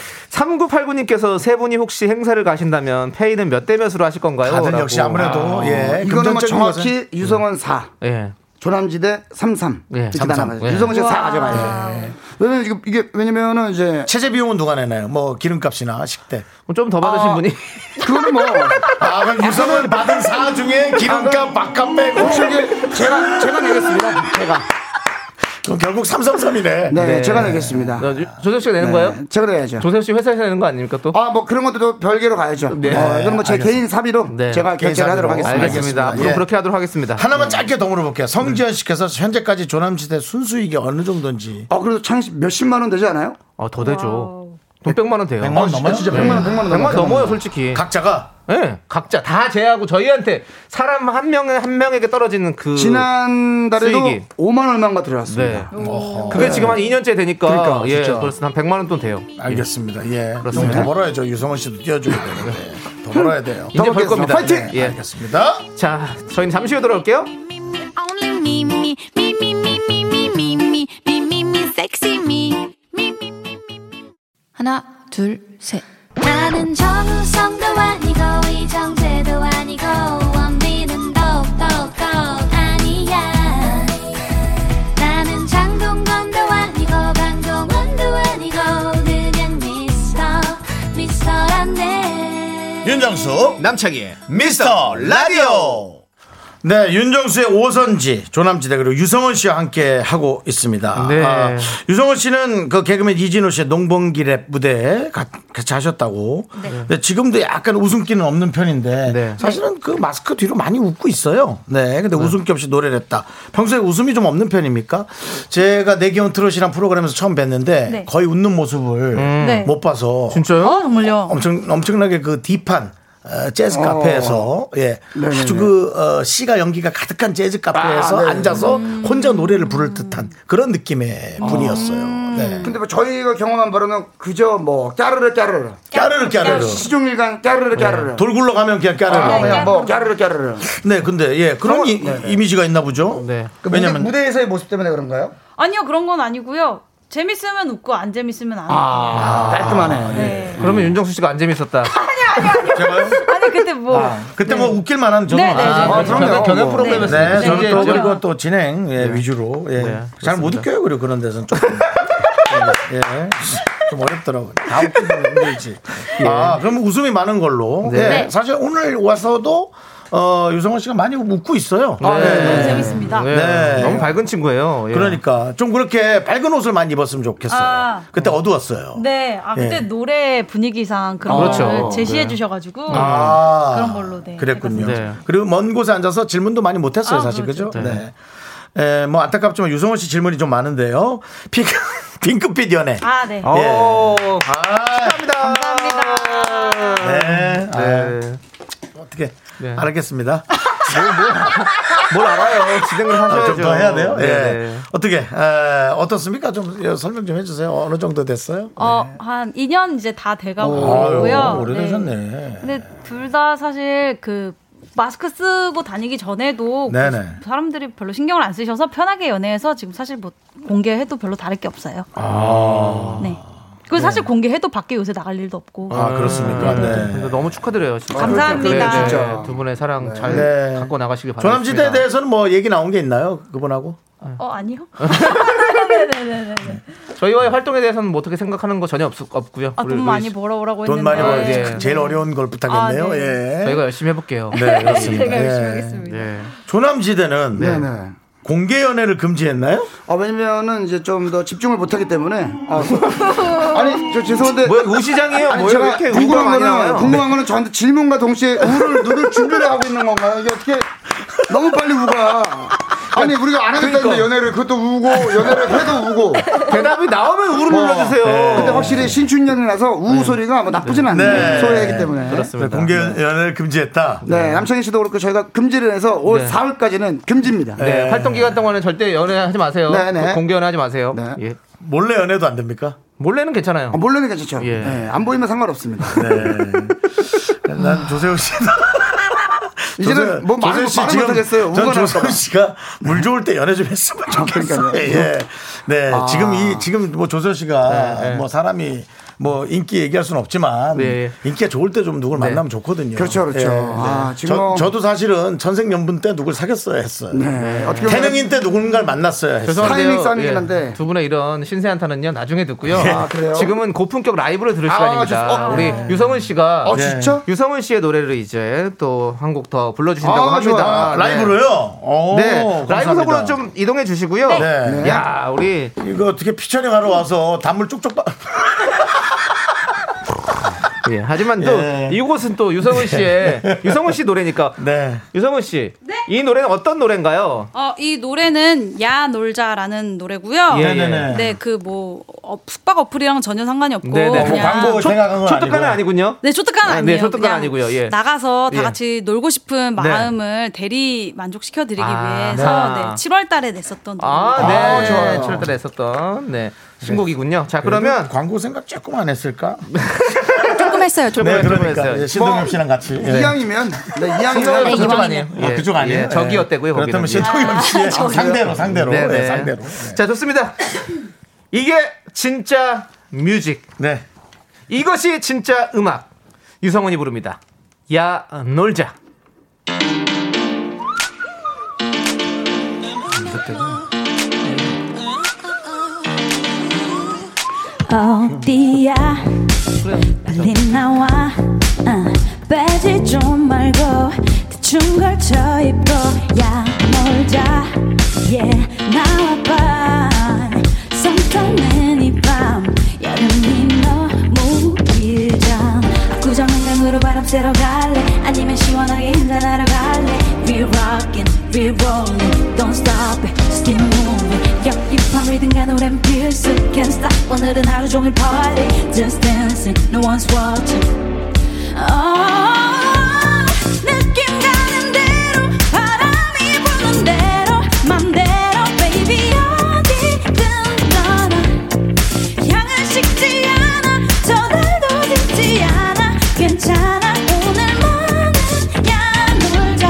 3989님께서 세 분이 혹시 행사를 가신다면 페이는 몇 대 몇으로 하실 건가요? 다들 라고. 역시 아무래도 예 이거는 뭐 긍정적인 것은- 네. 정확히 유성원 4 예. 조남지대 33 예, 이렇게 33. 나가요 네. 예. 유성원 씨가 4 가져가요 왜냐면 지금 이게 왜냐면은 이제 체제 비용은 누가 내나요? 뭐 기름값이나 식대. 좀 더 받으신 아. 분이. 그거는 뭐 아 그럼 유성은 받은 사 중에 기름값 밥값 빼고 혹시 이게 제가 제가 내겠습니다 제가 그럼 결국 333이네. 네, 네. 제가 내겠습니다 어, 조- 조세호 씨가 내는 거예요? 네, 제가 내야죠 조세호 씨 회사에서 내는 거 아닙니까 또? 아 뭐 그런 것도 또 별개로 가야죠 네. 어, 이건 뭐제 개인 사비로 네. 제가 개인 결제를 하도록 사비로. 하겠습니다 알겠습니다. 앞으로 예. 그렇게 하도록 하겠습니다. 하나만 짧게 더 물어볼게요. 성지현 씨께서 현재까지 조남지대 순수익이 어느 정도인지. 아 그래도 창 몇십만 원 되지 않아요? 어, 더 되죠. 돈 100만 원 돼요. 100만 원 넘어요? 네. 진짜 100만 원, 100만 원 넘어요. 넘어요, 솔직히. 각자가 예, 각자 다 제하고 저희한테 사람 한 명에 한 명에게 떨어지는 그 지난달에도 수익이. 5만 얼마인가 네. 들어왔습니다. 그게 지금 한 2년째 되니까 그러니까, 예, 진짜. 그렇습니다. 한 100만 원 돈 돼요. 알겠습니다. 예. 그렇습니다. 좀더 벌어야죠. 유성은 씨도 뛰어줘야 되는데 더 벌어야 돼요. 이제 벌 겁니다. 먹겠습니다. 파이팅! 예. 알겠습니다. 자, 저희는 잠시 후에 돌아올게요. Only me, me, me, me, me, me, me, me, me, me, me, me, sexy me. 하나, 둘, 셋. 나는 정우성도 아니고 이정재도 아니고 원빈은 더욱더 아니야 나는 장동건도 아니고 강동원도 아니고 그냥 미스터 미스터란데 예. 윤정수 남창희의 미스터 라디오. 네, 윤정수의 오선지, 조남지대, 그리고 유성원 씨와 함께 하고 있습니다. 네. 아, 유성원 씨는 그 개그맨 이진호 씨의 농번기 랩 무대에 가- 같이 하셨다고. 근데 지금도 약간 웃음기는 없는 편인데 네. 사실은 그 마스크 뒤로 많이 웃고 있어요. 네. 근데 웃음기 없이 노래를 했다. 평소에 웃음이 좀 없는 편입니까? 제가 내기온 트롯이란 프로그램에서 처음 뵀는데 네. 거의 웃는 모습을 음. 네. 못 봐서 어, 정말요? 엄청 엄청나게 그 딥한 어, 재즈 카페에서 예 네네네. 아주 그 어, 시가 연기가 가득한 재즈 카페에서 아, 네. 앉아서 혼자 노래를 부를 듯한 그런 느낌의 분이었어요. 네. 근데 뭐 저희가 경험한 바로는 그저 뭐 까르르 까르르 까르르 까르르 시종일관 까르르 까르르 돌 굴러 가면 그냥 아, 까르르. 그냥 뭐 까르르 까르르 네, 근데 예 그런 이, 어, 네네. 미지가 있나 보죠. 네. 그 왜냐면 무대, 무대에서의 모습 때문에 그런가요? 아니요, 그런 건 아니고요. 재밌으면 웃고 안 재밌으면 안 웃고. 깔끔하네. 네. 그러면 윤정수 씨가 안 재밌었다. 제가요? 아니 근데 뭐 그때 뭐 웃길 만한 저는 네, 네, 네. 아, 아, 그럼요. 경연, 경연 프로그램에서 네, 이제 저는 또 이제 네. 그리고 또 진행 예, 위주로 예. 잘 못 그렇습니다. 웃겨요 그리고 그런 데서는 조금 예, 예. 좀 어렵더라고요. 다 네. 웃기면 힘들지. 아, 그럼 웃음이 많은 걸로. 예. 사실 오늘 예. 와서도 어, 유성원 씨가 많이 웃고 있어요. 아, 네, 너무 재밌습니다. 네. 너무 밝은 친구예요. 예. 그러니까 좀 그렇게 밝은 옷을 많이 입었으면 좋겠어요. 아. 그때 어두웠어요. 네, 아 그때 예. 노래 분위기상 그런 아, 걸 그렇죠. 제시해 네. 주셔가지고 아. 그런 걸로 네. 그랬군요. 그리고 먼 곳에 앉아서 질문도 많이 못했어요, 아, 사실 그렇죠. 그죠? 네. 네. 에, 뭐 안타깝지만 유성원 씨 질문이 좀 많은데요. 핑크 핑크빛 예. 연애. 아, 네. 오, 아, 감사합니다. 네. 어떻게 네. 알겠습니다. 뭘 뭐, 알아요? 진행을 하셔야죠. 좀더 해야 돼요. 예. 네네. 어떻게 에, 어떻습니까? 좀 예, 설명 좀 해주세요. 어느 정도 됐어요? 어, 한 2년 이제 다 네. 오, 돼가고 있고요. 오래되셨네. 네. 근데 둘 다 사실 그 마스크 쓰고 다니기 전에도 그 네네. 사람들이 별로 신경을 안 쓰셔서 편하게 연애해서 지금 사실 뭐 공개해도 별로 다를 게 없어요. 아. 네. 그리고 사실 공개해도 밖에 요새 나갈 일도 없고. 아, 그렇습니까? 네. 네. 근데 너무 축하드려요. 진짜. 감사합니다. 네, 네. 진짜. 두 분의 사랑 잘 네. 갖고 나가시길 바랍니다. 조남지대에 대해서는 뭐 얘기 나온 게 있나요? 그분하고? 어, 아니요? 네네네네. 저희와의 활동에 대해서는 뭐 어떻게 생각하는 거 전혀 없, 없고요. 아, 돈 많이 벌어오라고 했는데. 돈 많이 벌기 제일 어려운 걸 부탁했네요. 예. 아, 네. 예. 저희가 열심히 해볼게요. 네. 네, 그렇습니다. 제가 열심히 예. 하겠습니다. 조남지대는 네, 네. 공개 연애를 금지했나요? 아, 왜냐면은 이제 좀 더 집중을 못하기 때문에. 아, 아니, 저 죄송한데. 뭐야, 우시장이에요? 아니, 뭐예요? 왜 제가 이렇게 의도가 궁금한 많이 거는, 나와요? 궁금한 거는 저한테 질문과 동시에 우를 누를 준비를 하고 있는 건가요? 이게 어떻게 너무 빨리 우가. 아니, 우리가 안 하겠다는데 그러니까. 연애를 그것도 우고, 연애를 해도 우고. 네. 대답이 나오면 우를 눌러주세요. 근데 확실히 신춘년이라서 우 네. 소리가 뭐 나쁘진 않네. 네. 소리이기 때문에. 그렇습니다. 네, 공개 연애를 금지했다. 네, 남창희 씨도 그렇고 저희가 금지를 해서 올 네. 4월까지는 금지입니다. 네, 활동 기간 동안은 절대 연애하지 마세요. 네, 네. 공개 연애하지 마세요. 예. 몰래 연애도 안 됩니까? 몰래는 괜찮아요. 아, 몰래는 괜찮죠. 예. 네, 안 보이면 상관없습니다. 네. 난 조세호 씨. 이제는 뭐 말을- 조세호 씨 말을 지금 못하겠어요. 전 우거나 할까 조세호 봐. 씨가 물 좋을 때 연애 좀 했으면 좋겠어요. 그러니까요. 예. 네, 아. 지금 이 지금 뭐 조세호 씨가 네, 네. 뭐 사람이 뭐 인기 얘기할 수는 없지만 네. 인기가 좋을 때 좀 누굴 만나면 좋거든요. 예, 네. 그렇죠, 그렇죠. 아, 지금 저, 저도 사실은 전생연분 때 누굴 사귀었어야 했어요. 네, 어떻게 보면- 태능인 때 누군가를 만났어야 했어요. 죄송한데요. 예. 타이밍 싸움이긴 한데. 두 분의 이런 신세 한탄은요 나중에 듣고요. 아, 그래요? 지금은 고품격 라이브를 들을 아, 시간입니다. 좋습니다. 우리 유성은 씨가 네. 어, 진짜? 유성은 씨의 노래를 이제 또 한 곡 더 불러주신다고 아, 합니다. 좋아. 네. 라이브로요? 오, 네, 라이브석으로 감사합니다. 좀 이동해 주시고요. 네. 네. 야, 우리 이거 어떻게 피처링 하러 와서 담을 쭉쭉 빠- 예, 하지만 또 예. 이곳은 또 유성은 씨의 유성은 씨 노래니까. 네. 유성은 씨, 이 노래는 어떤 노래인가요? 어, 이 노래는 야 놀자라는 노래고요. 아, 예, 네, 네. 네, 그 뭐 숙박 어플이랑 전혀 상관이 없고 네네. 그냥 초- 뭐 생각한 건 초특가는 아니고요. 아니군요. 네, 초특가는 아, 아니에요. 네, 초특가는 그냥 아니고요. 예. 나가서 다 예. 같이 놀고 싶은 네. 마음을 대리 만족시켜 드리기 아, 위해서 네. 네. 7월 달에 냈었던 노래. 아, 네. 아, 좋아요. 네, 출연을 했었던 네. 신곡이군요. 자, 그러면 광고 생각 조금 안 했을까? 조금 했어요. 조금 네, 했어요, 그러니까 했어요. 예, 신동엽 씨랑 같이. 예. 이왕이면 네, 이왕이면 신동엽 그쪽 아니에요? 아, 그쪽 아니에요? 예, 저기였대고요, 거기는. 그렇다면 신동엽 씨의 상대로 상대로 네, 예, 네. 상대로. 자, 좋습니다. 이게 진짜 뮤직. 네. 이것이 진짜 음악. 유성원이 부릅니다. 야, 놀자. 어디야 빨리 나와 아, 빼지 좀 말고 대충 걸쳐 입고 야 놀자 예 나와봐 썸타는 이밤 여름이 너무 길잖아 압구정한 강으로 바람 쐬러 갈래 아니면 시원하게 한잔하러 갈래 We rockin', we rollin', don't stop it, still moving 역입한 리듬과 노래는 필수 Can't stop, 오늘은 하루 종일 party Just dancing, no one's watching Oh, 느낌 가는 대로 바람이 부는 대로 맘대로 baby 어디든 떠나 향을 식지 않아 저들도 듣지 않아 괜찮아 오늘만은 야 놀자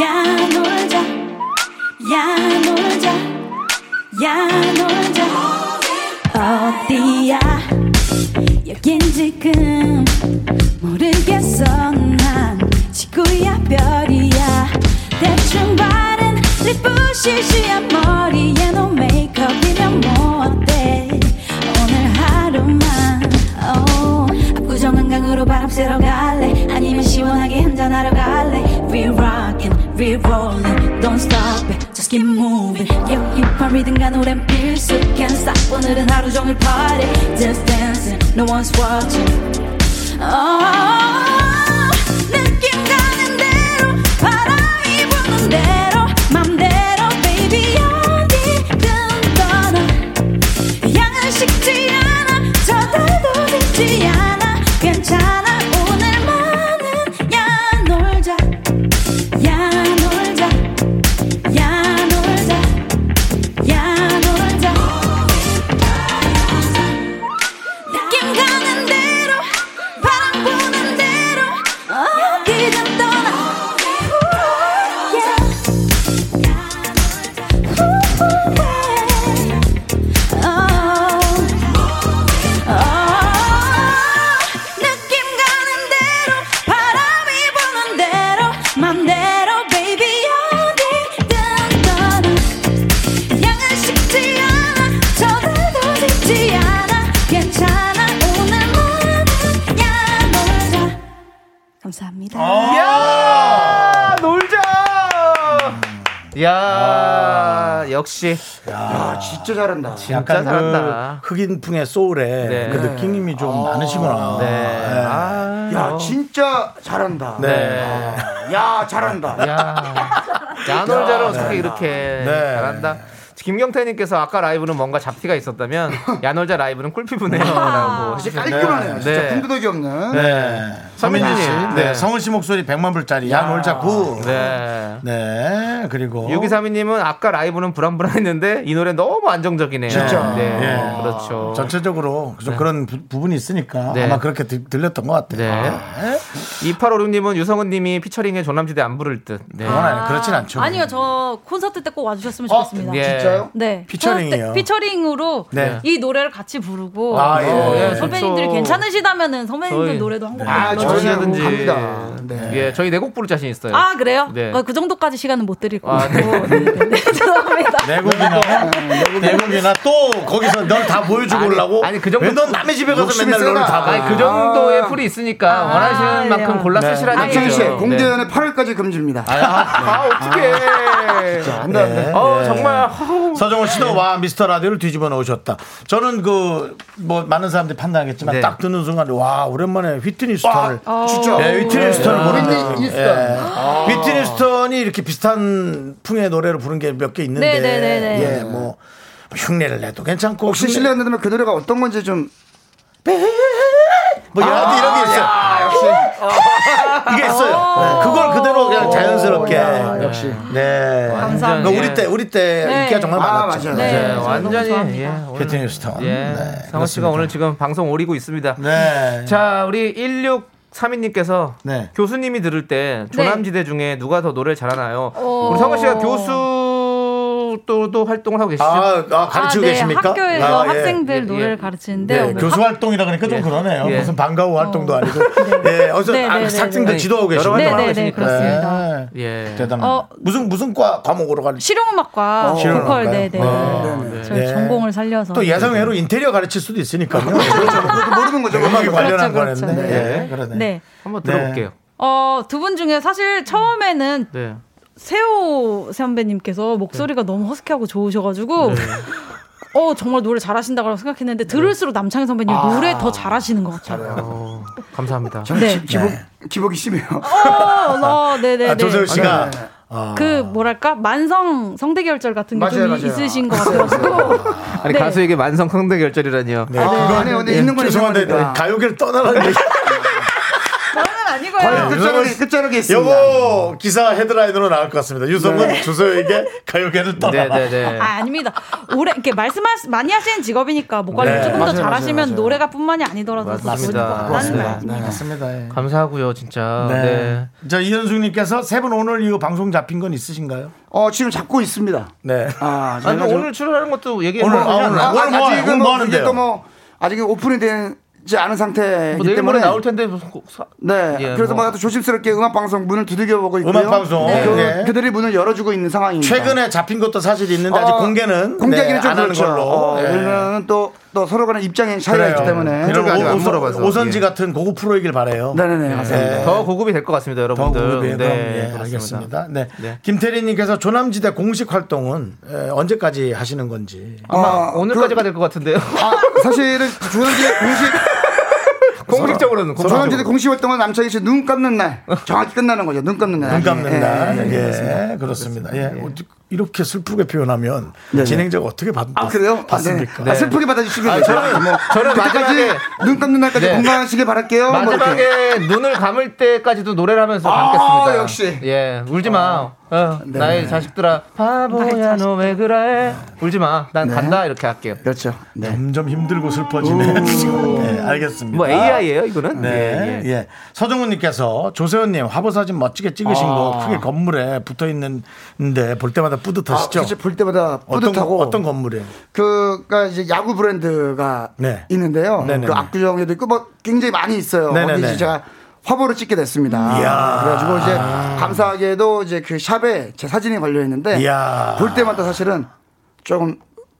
야 놀자 야 놀자 야 놀자 어디야 여긴 지금 모르겠어 난 지구야 별이야 대충 바른 립부시시한 머리에 노 메이크업이면 뭐 어때 오늘 하루만 oh. 압구정한 강으로 바람 쐬러 갈래 아니면 시원하게 한잔하러 갈래 it rolling Don't stop it Just keep moving Yeah 힙합 리듬과 노래 필수 Can't stop 오늘은 하루 종일 party Just dancing No one's watching Oh 어, 느낌 가는 대로 바람이 부는 대로 맘대로 baby 어디든 떠나 양은 식지 않아 저달도 되지 않아 괜찮아 오늘만은 야 놀자 야 놀자 야 놀자 야 놀자 느낌 가는 대로 바람 부는 대로 어디든 떠나 어, 느낌 가는 대로 바람이 부는 대로 맘대로 baby 어디든 떠나 양은 식지 않아 저들도 식지 않아 괜찮아 오늘만은 야 놀자 감사합니다 야 놀자. 야 음. 역시. 야 아, 진짜 잘한다. 진짜 잘한다. 그 흑인풍의 소울에 네. 그 느낌이 좀 많으시구나. 네. 네. 아, 야 진짜 잘한다. 네. 야 잘한다. 야 놀자로 어떻게 잘한다. 이렇게 잘한다. 김경태님께서 아까 라이브는 뭔가 잡티가 있었다면 야놀자 라이브는 꿀피부네요라고. 진짜 깔끔하네요. 진짜 군더더기 없는. 네. 서민지 서민지 씨. 씨. 네. 네. 성은 씨 목소리 100만 불짜리. 야, 놀자 구. 네. 네. 그리고. 6232님은 아까 라이브는 불안불안했는데 이 노래 너무 안정적이네요. 진짜. 네. 예. 그렇죠. 전체적으로 좀 네. 그런 부, 부분이 있으니까 네. 아마 그렇게 들, 들렸던 것 같아요. 네. 2856님은 유성은님이 피처링에 조남지대 안 부를 듯. 네. 그건 아니, 그렇진 않죠. 어? 아니요, 저 콘서트 때 꼭 와주셨으면 좋겠습니다. 예. 진짜요? 네. 피처링이요? 콘서트 때 피처링으로 네. 이 노래를 같이 부르고 아, 예. 어, 예, 네. 선배님들이 좋죠. 괜찮으시다면은 선배님들 저희- 노래도 한곡 아, 저희는 저희라든지. 갑니다. 예, 저희 내곡 부를 자신 있어요. 아 그래요? 네. 어, 그 정도까지 시간은 못 드릴 거고 아, 네. 죄송합니다. 내국이나 내국이나 또 거기서 널 다 보여주고 아니, 오려고. 아니, 그 정도- 왜넌 남의 집에 가서 욕심이 맨날 세다. 너를 다 봐. 아니, 그 정도의 풀이 있으니까 원하시는 아, 만큼 골라 네. 쓰시라는 박창희 씨 얘기죠. 네. 아, 공대연의 8월까지 금지입니다. 아, 아, 어떡해. 네. 어, 네. 정말. 어우. 서정훈 씨도 와 미스터 라디오를 뒤집어 놓으셨다. 저는 그 뭐 많은 사람들이 판단하겠지만 네. 딱 듣는 순간 와 오랜만에 휘트니 스턴을 어. 진짜. 예, 휘트니 스턴을 보는 윈디 거예요. 이스턴. 예. 휘트니 스턴이 이렇게 비슷한 풍의 노래를 부른 게 몇 개 있는데 네, 네, 네, 네. 예, 뭐 흉내를 내도 괜찮고 혹시 흉내- 실례 안 된다면 그 노래가 어떤 건지 좀 아, 뭐 여러 가지 이런 게 있어요. 이게 아. 있어요. 네. 그걸 그대로 그냥 자연스럽게 역시. 네. 그러니까 감사합니다. 우리 때 우리 때 네. 인기가 정말 아, 많았죠. 맞아요. 네, 네, 완전히. 예, 오늘- 휘트니 스턴. 예. 네, 상호 씨가 그렇습니다. 오늘 지금 방송 오리고 있습니다. 네. 자, 우리 1632님께서 네. 교수님이 들을 때 네. 조남지대 중에 누가 더 노래를 잘하나요? 어. 우리 성우 씨가 교수 또도 활동을 하고 계시죠? 아, 아, 가르치고 아, 네. 계십니까? 학교에서 아, 예. 학생들 예, 예. 노래를 가르치는데 네, 오늘 교수 활동이라 그러니까 좀 예. 그러네요. 예. 무슨 방과후 활동도 아니고. 예, 어서 어. 네, 네, 네, 학생들 네. 지도하고 네. 계시고. 여러 활동을 하고 네, 네, 네, 계시니까. 그렇습니다. 예. 대단합니다. 어. 무슨 무슨 과 과목으로 가르 실용음악과 어, 실용음악과요? 보컬 네네 네. 저희 네. 전공을 살려서 또 예상외로 인테리어 가르칠 수도 있으니까요. 네. 그것도 모르는 거죠. 음악에 관련한 그렇죠, 거였는데. 그렇죠. 예, 그러네. 네. 한번 네. 들어볼게요. 어, 두 분 중에 사실 처음에는 네. 세호 선배님께서 목소리가 너무 허스키하고 좋으셔가지고 어 정말 노래 잘하신다고 생각했는데 들을수록 남창희 선배님 노래 더 잘하시는 것 같아요. 어, 감사합니다. 네. 기복 기복이 심해요. 어, 어, 네네네. 아, 조세호 씨가 아, 그 뭐랄까 만성 성대결절 같은 게 맞아요, 좀 맞아요. 있으신 것 같아가지고 아니 네. 가수에게 만성 성대 결절이라니요. 네. 아, 아니 근데 있는 건 있는 예, 죄송한데 그 네, 거니까. 가요계를 떠나라는 얘기. 그건 아니고요. 끝자락이 끝자락이 있습니다. 요거 기사 헤드라인으로 나올 것 같습니다. 유성은 조세호에게 가요계를 떠나라. 네네네. 아, 아닙니다. 오래 이렇게 말씀 많이 하시는 직업이니까 목 관리 네. 조금 더 맞아요, 잘하시면 노래가뿐만이 아니더라도 더 좋을 것 맞습니다. 같다는 맞습니다. 말씀. 맞습니다. 네. 예. 감사하고요, 진짜. 네. 네. 저 이현숙님께서 세 분 오늘 이후 방송 잡힌 건 있으신가요? 어 지금 잡고 있습니다. 네. 아 아니, 제가 좀- 오늘 출연하는 것도 얘기해 오늘, 봐. 아, 오늘, 아, 오늘 뭐, 아직은 오늘 뭐 뭐 그게 하는데요? 또 뭐, 아직은 오픈이 되지 않은 상태이기 뭐 내일 모레 때문에 나올 텐데 무슨 꼭 사- 네, 예, 그래서 뭐. 뭐 조심스럽게 음악 방송 문을 두들겨 보고 있고요. 음악 방송. 그, 네. 그들이 문을 열어주고 있는 상황입니다. 최근에 잡힌 것도 사실 있는데 아직 어, 공개는 공개하기는 네, 좀 안 하는 그렇죠. 걸로. 어, 네. 왜냐면은 또 또 서로 간의 입장의 차이가 있기 때문에 그런 오- 오선- 오선지 같은 고급 프로이길 바래요. 네네네, 어, 맞습니다. 더 고급이 될 것 같습니다, 여러분들. 더 고급이에요. 네, 그럼, 예, 그렇습니다. 알겠습니다. 네. 김태리님께서 조남지대 공식 활동은 에, 언제까지 하시는 건지 아마 어, 오늘까지가 될 것 같은데요. 사실은 조남지대 공식 공식적으로는 조남지대 공식 활동은 남창희 씨 눈 감는 날 정확히 끝나는 거죠. 눈 감는 날. 눈 감는 예, 날. 예, 예, 예, 그렇습니다. 예. 어떻게 이렇게 슬프게 표현하면 진행자가 어떻게 받, 네, 아 그래요? 아, 네. 받습니까? 아, 슬프게 받아주시면 아, 저는 뭐 저는 그때까지 마지막에- 눈 감는 날까지 네. 건강하시길 바랄게요. 뭐 이렇게. 마지막에 눈을 감을 때까지도 노래를 하면서 감겠습니다. 역시. 예, 울지 마. 어, 나의 자식들아, 바보야 너 왜 그래? 울지 마. 난 간다 이렇게 할게요. 그렇죠. 네. 점점 힘들고 슬퍼지네. 지금. 네, 알겠습니다. 뭐 AI예요 이거는? 네. 예. 서정훈님께서 조세호님 화보 사진 멋지게 찍으신 아. 거 크게 건물에 붙어 있는데 볼 때마다 뿌듯하시죠? 아, 그치, 볼 때마다 어떤- 뿌듯하고 어떤 건물에? 그, 그니까 이제 야구 브랜드가 네. 있는데요. 네네네. 그 압구정에도 있고 뭐 굉장히 많이 있어요. 네네네. 거기 이제 제가 화보를 찍게 됐습니다. 이야. 그래가지고 이제 감사하게도 이제 그 샵에 제 사진이 걸려 있는데 이야. 볼 때마다 사실은 조금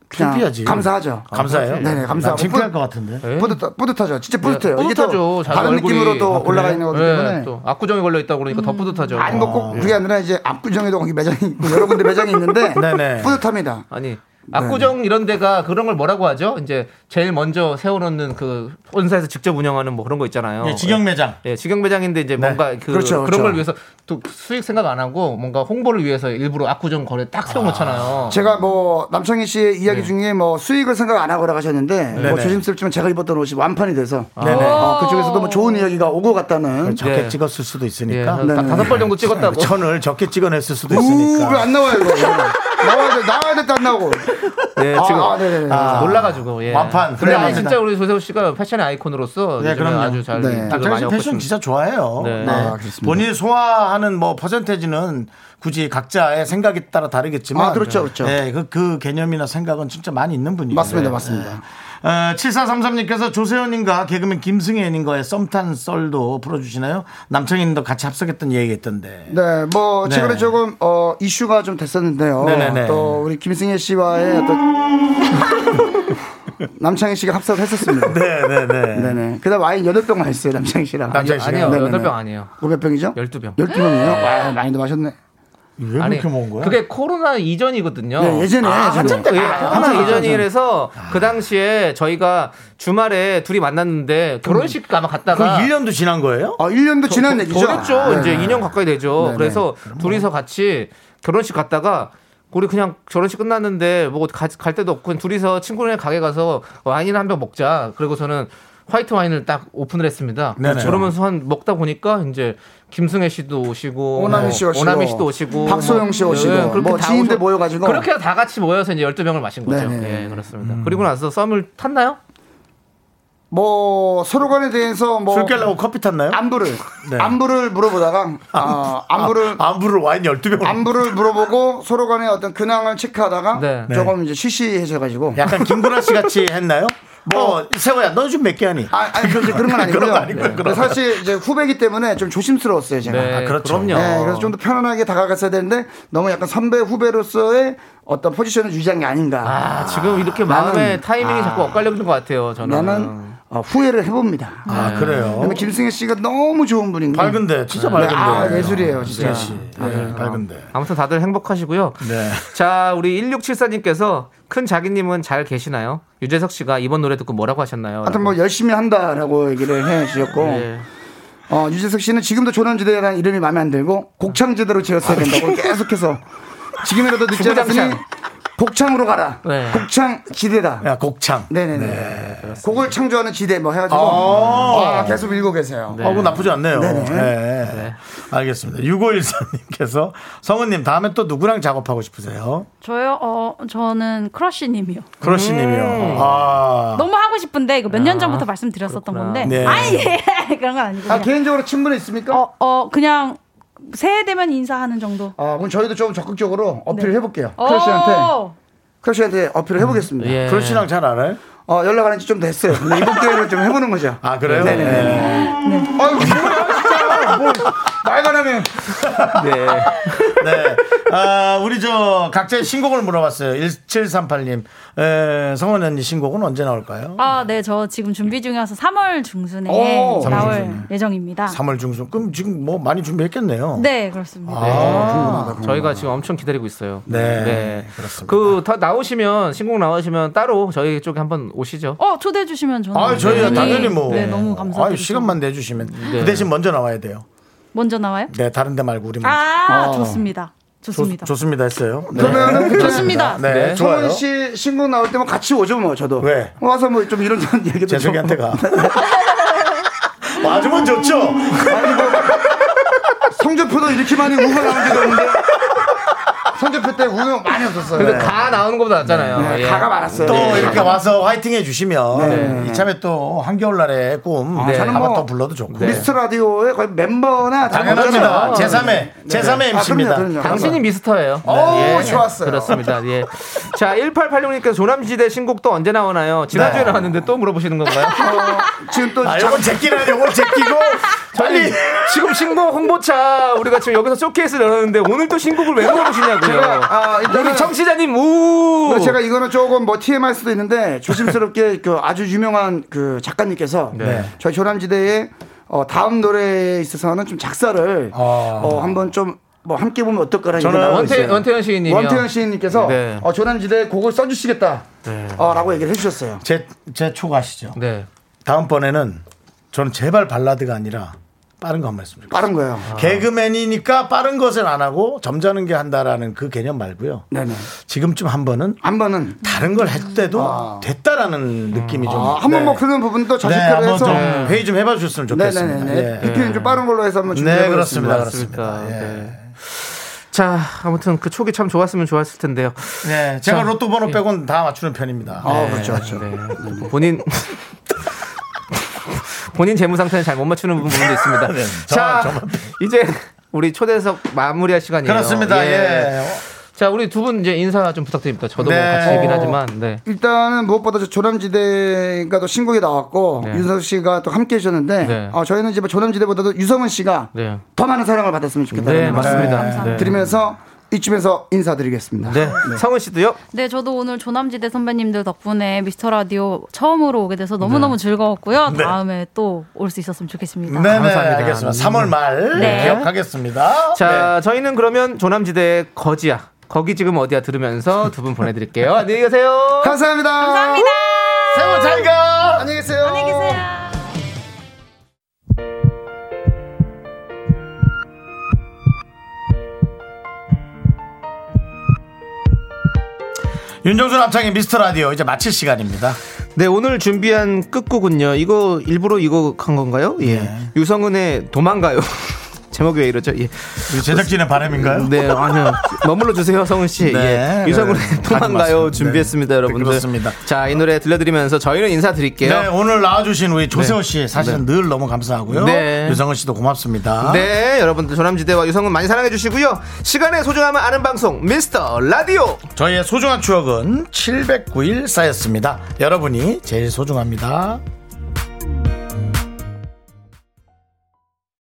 그냥 창피하지. 아, 어, 감사하죠. 감사해요? 네네 감사하고 난 창피할 뿌듯- 것 같은데. 뿌듯하, 뿌듯하죠. 진짜 뿌듯해요. 이게 또 네. 뿌듯하죠. 자기 다른 얼굴이. 느낌으로 또 아, 그래요? 올라가 있는 거기 예, 때문에 또 압구정이 걸려 있다고 그러니까 더 뿌듯하죠. 아니 뭐 꼭 예. 그게 아니라 이제 압구정에도 거기 매장이 있고 여러 군데 매장이 있는데 네네. 뿌듯합니다. 아니 압구정 이런 데가 그런 걸 뭐라고 하죠? 이제 제일 먼저 세워놓는 그 본사에서 직접 운영하는 뭐 그런 거 어, 있잖아요. 예, 직영 매장. 예, 직영 매장인데 이제 네. 뭔가 그 그렇죠, 런 그렇죠. 걸 위해서 또 수익 생각 안 하고 뭔가 홍보를 위해서 일부러 압구정 거래 딱 세워놓잖아요. 제가 뭐 남창희 씨의 이야기 중에 뭐 수익을 생각 안 하고라고 하셨는데 뭐 네네. 조심스럽지만 제가 입었던 옷이 완판이 돼서 네네. 그렇죠. 어, 그쪽에서도 뭐 좋은 이야기가 오고 갔다는 적게 찍었을 수도 있으니까. 예, 다- 네. 네네. 다섯 벌 정도 찍었다고. 천을 적게 찍어냈을 수도 있으니까. 우왜안 나와요 이거 나와야 돼 나와야 될때 안 나오고 네, 지금 아, 네, 아, 네네네. 아, 놀라가지고 예. 완판. 근데 아니, 그래요. 진짜 우리 조세호 씨가 패션의 아이콘으로서 네, 요즘에 그럼요. 아주 잘 네. 인기도 박찬희 많이 씨 얻고 패션 있습니다. 진짜 좋아해요. 네. 네. 아, 그렇습니다. 본인이 소화하는 뭐 퍼센테이지는 굳이 각자의 생각에 따라 다르겠지만 아, 그렇죠, 그렇죠. 네, 그, 그 개념이나 생각은 진짜 많이 있는 분이에요. 맞습니다, 네. 맞습니다. 어, 7433님께서 조세현님과 개그맨 김승혜님과의 썸탄 썰도 풀어주시나요? 남창희님도 같이 합석했던 얘기했던데. 네, 뭐 네. 최근에 조금 어, 이슈가 좀 됐었는데요. 네네네. 또 우리 김승혜 씨와의 어떤 남창희 씨가 합석을 했었습니다. 네네네. 네네. 그다음 와인 여덟 병 마셨어요 남창희 씨랑. 네, 남창희 씨가요? 아니요, 여덟 병 아니에요. 몇병이죠 12병. 12병이에요? 와, 많이도 마셨네. 왜 아니, 그게 코로나 이전이거든요. 네, 예전에, 아, 예전에. 한참 때 예, 아, 코로나 맞아, 맞아, 이전이라서 그 당시에 저희가 주말에 둘이 만났는데 결혼식 아마 갔다가 그럼 1년도 지난 거예요? 아, 1년도 지난 얘기죠. 더겠죠. 아, 그 이제 네. 2년 가까이 되죠. 네네. 음. 그래서 둘이서 같이 결혼식 갔다가 우리 그냥 결혼식 끝났는데 뭐 갈 데도 없고 그냥 둘이서 친구네 가게 가서 와인을 한 병 먹자. 그리고 저는 화이트 와인을 딱 오픈을 했습니다. 네네. 그러면서 한 먹다 보니까 이제 김승혜 씨도 오시고 오나미 씨가 오시고, 네. 오나미 씨도 오시고 네, 박소영 씨 오시고, 그렇게 뭐 다 지인들 오셔- 모여가지고. 그렇게 다 같이 모여서 이제 12병을 마신 거죠. 네네. 음. 예, 그렇습니다. 그리고 나서 썸을 탔나요? 뭐 서로 간에 대해서 어. 뭐 술 깨려고 커피 탔나요? 안부를 네. 안부를 물어보다가 아, 안부를 아, 안부를 와인 12병. 안부를 물어보고 서로 간에 어떤 근황을 체크하다가 네. 조금 이제 쉬쉬해져 가지고 약간 김구라 씨 같이 했나요? 뭐 어. 세호야 너 좀 몇 개 하니? 아, 아니 그 그런 건 아니고요. 그런 거 아니고요, 그런 거. 사실 이제 후배기 때문에 좀 조심스러웠어요 제가. 네, 아, 그렇죠. 그럼요. 네, 그래서 좀 더 편안하게 다가갔어야 되는데 너무 약간 선배 후배로서의 어떤 포지션을 유지한 게 아닌가. 아, 지금 이렇게 나는- 마음의 타이밍이 자꾸 엇갈리는 것 같아요. 저는. 나는 어, 후회를 해봅니다. 아 네. 그래요. 근데 김승혜 씨가 너무 좋은 분인 게 밝은데 진짜 네, 밝은데. 아 예술이에요 진짜. 아, 씨. 네, 밝은데. 아무튼 다들 행복하시고요. 네. 자, 우리 1674님께서 큰 자기님은 잘 계시나요? 유재석 씨가 이번 노래 듣고 뭐라고 하셨나요? 하여튼 뭐 열심히 한다라고 얘기를 해 주셨고 예. 네. 어, 유재석 씨는 지금도 조남지대라는 이름이 마음에 안 들고 곡창지대로 지었어야 아, 예. 된다고 계속해서 지금이라도 늦지 주구장창. 않았으니 곡창으로 가라. 네. 곡창지대다. 야 곡창. 네네네. 곡을 창조하는 지대 뭐 해가지고 아. 아, 계속 읽고 계세요. 어, 그 나쁘지 않네요. 네네. 네. 알겠습니다. 6513님께서 성은님 다음에 또 누구랑 작업하고 싶으세요? 저요? 어, 저는 크러쉬님이요. 크러쉬님이요. 음. 아. 너무 하고 싶은데 이거 몇 년 전부터 말씀드렸었던 건데. 네. 아니 예. 그런 건 아니고. 아, 그냥, 개인적으로 친분이 있습니까? 어, 어 그냥 새해 되면 인사하는 정도. 아, 그럼 저희도 좀 적극적으로 어필을 해볼게요. 오! 크러쉬한테 크러쉬한테 어필을 해보겠습니다. 예. 크러쉬랑 잘 알아요? 어, 연락 안 한 지 좀 됐어요. 근데 이번 기회를 좀 해보는 거죠. 아 그래요? 네네네. 아유, 뭐야, 진짜. 뭐, 말가나네. 네. 아, 우리 저 각자의 신곡을 물어봤어요. 1738님. 에, 성원 언니 신곡은 언제 나올까요? 아, 네, 저 지금 준비 중이어서 3월 중순에 오, 삼월 나올 중순에. 예정입니다. 3월 중순. 그럼 지금 뭐 많이 준비했겠네요. 네, 그렇습니다. 아, 아. 저희가 지금 엄청 기다리고 있어요. 네, 그렇습니다. 그 다 나오시면 신곡 나오시면 따로 저희 쪽에 한번 오시죠. 어, 초대해 주시면 저는 아, 저희가 당연히 뭐. 네, 너무 아유, 감사드립니다. 시간만 내주시면. 네. 그 대신 먼저 나와야 돼요. 먼저 나와요? 네, 다른 데 말고 우리 먼저. 아, 어. 좋습니다. 좋습니다. 좋, 습니다 했어요. 네. 그러면은 네. 좋습니다. 네, 네. 좋아요. 정원 씨 신곡 나올 때면 같이 오죠 뭐 저도. 왜? 와서 뭐 좀 이런저런 얘기도 재석이한테 좀. 가. 와주면 좋죠. 성적표도 이렇게 많이 우가 나온 적이 없는데. 성적표 때 우가 많이 없었어요. 근데 가 나오는 것보다 네. 낫잖아요. 예. 또 네. 이렇게 와서 화이팅 해주시면 네. 이참에 또 한겨울날의 꿈 아, 네. 저는 한번 뭐 더 불러도 좋고. 미스터 라디오의 거의 멤버나 다 당연합니다. 모르잖아요. 제3회, 네. 제3회 아, MC입니다. 그럼요, 그럼요. 당신이 미스터예요. 오, 좋았어요. 그렇습니다. 예. 자, 1886님께서 조남지대 신곡도 언제 나오나요? 지난주에 네. 나왔는데 또 물어보시는 건가요? 지금 또 아, 요건 제끼라, 요건 제끼고. 저희 지금 신곡 홍보차 우리가 지금 여기서 쇼케이스 열었는데 오늘 또 신곡을 왜 물어보시냐고요. 제가, 아, 일단은- 여기 청취자님 우. 근데 네, 제가 이거는 조금 뭐 TMI일 수도 있는데 조심스럽게 그 아주 유명한 그 작가님께서 네. 저희 조남지대의 어, 다음 노래에 있어서는 좀 작사를 어, 한번 좀 뭐 함께 보면 어떨까라는 저는 얘기가 나오고 원태- 있어요. 원태현 시인님이요. 원태현 시인님께서 네. 어, 조남지대 곡을 써주시겠다 어, 라고 얘기를 해주셨어요. 제, 제 초가시죠. 네. 다음번에는 저는 제발 발라드가 아니라 빠른 거 한 말씀 드릴게요. 빠른 거예요. 아. 개그맨이니까 빠른 것은 안 하고 점잖은 게 한다라는 그 개념 말고요. 네네. 지금쯤 한 번은 한 번은 다른 걸 할 때도 됐다라는 느낌이 좀. 아, 한번 네. 뭐 그런 부분도 네, 저식표로 한번 해서 좀 회의 좀 해봐 주셨으면 좋겠습니다. 네네네. 예. 비피는 좀 빠른 걸로 해서 한번 준비해 네, 보겠습니다. 그렇습니다. 맞습니다. 그렇습니다. 예. 네. 자, 아무튼 그 초기 참 좋았으면 좋았을 텐데요. 네, 제가 자, 로또 번호 빼곤 다 맞추는 편입니다. 예. 네. 아, 그렇죠, 그렇죠. 네. 본인 본인 재무 상태는 잘 못 맞추는 부분도 있습니다. 네, 자, 정말, 정말. 이제 우리 초대석 마무리할 시간이에요. 그렇습니다. 예. 자, 우리 두 분 이제 인사 좀 부탁드립니다. 저도 네. 뭐 같이 얘기를 어. 하지만 네. 일단은 무엇보다 저 조남지대가 또 신곡이 나왔고 네. 윤석 씨가 또 함께 해주셨는데 네. 어, 저희는 이제 뭐 조남지대보다도 유성은 씨가 네. 더 많은 사랑을 받았으면 좋겠다는 네, 말씀 맞습니다. 감사합니다. 네. 드리면서 이쯤에서 인사드리겠습니다. 네. 성은 씨도요? 네, 저도 오늘 조남지대 선배님들 덕분에 미스터 라디오 처음으로 오게 돼서 너무너무 즐거웠고요. 네. 다음에 또 올 수 있었으면 좋겠습니다. 네네, 감사합니다. 알겠습니다. 네. 3월 말 네. 기억하겠습니다. 자, 저희는 그러면 조남지대의 거지야. 거기 지금 어디야 들으면서 두 분 보내 드릴게요. 안녕히 계세요. 감사합니다. 감사합니다. 네. 새해 복 잘가. 안녕히 계세요. 안녕히 계세요. 네. 윤정수 남창의 미스터 라디오 이제 마칠 시간입니다. 네 오늘 준비한 끝곡은요 이거 일부러 이거 한 건가요? 예 네. 유성은의 도망가요 제목이 왜 이러죠? 예. 우리 제작진의 바람인가요? 네 아니요 머물러 주세요 성은 씨 네, 예. 유성은의 네, 네. 도망가요 맞습니다. 준비했습니다 네, 여러분들 그렇습니다. 자이 노래 들려드리면서 저희는 인사드릴게요 네, 오늘 나와주신 우리 조세호 씨 사실은 늘 너무 감사하고요. 네. 유성은 씨도 고맙습니다. 네, 여러분들 조남지대와 유성은 많이 사랑해 주시고요 시간의 소중함을 아는 방송 미스터 라디오 저희의 소중한 추억은 709일 쌓였습니다. 여러분이 제일 소중합니다.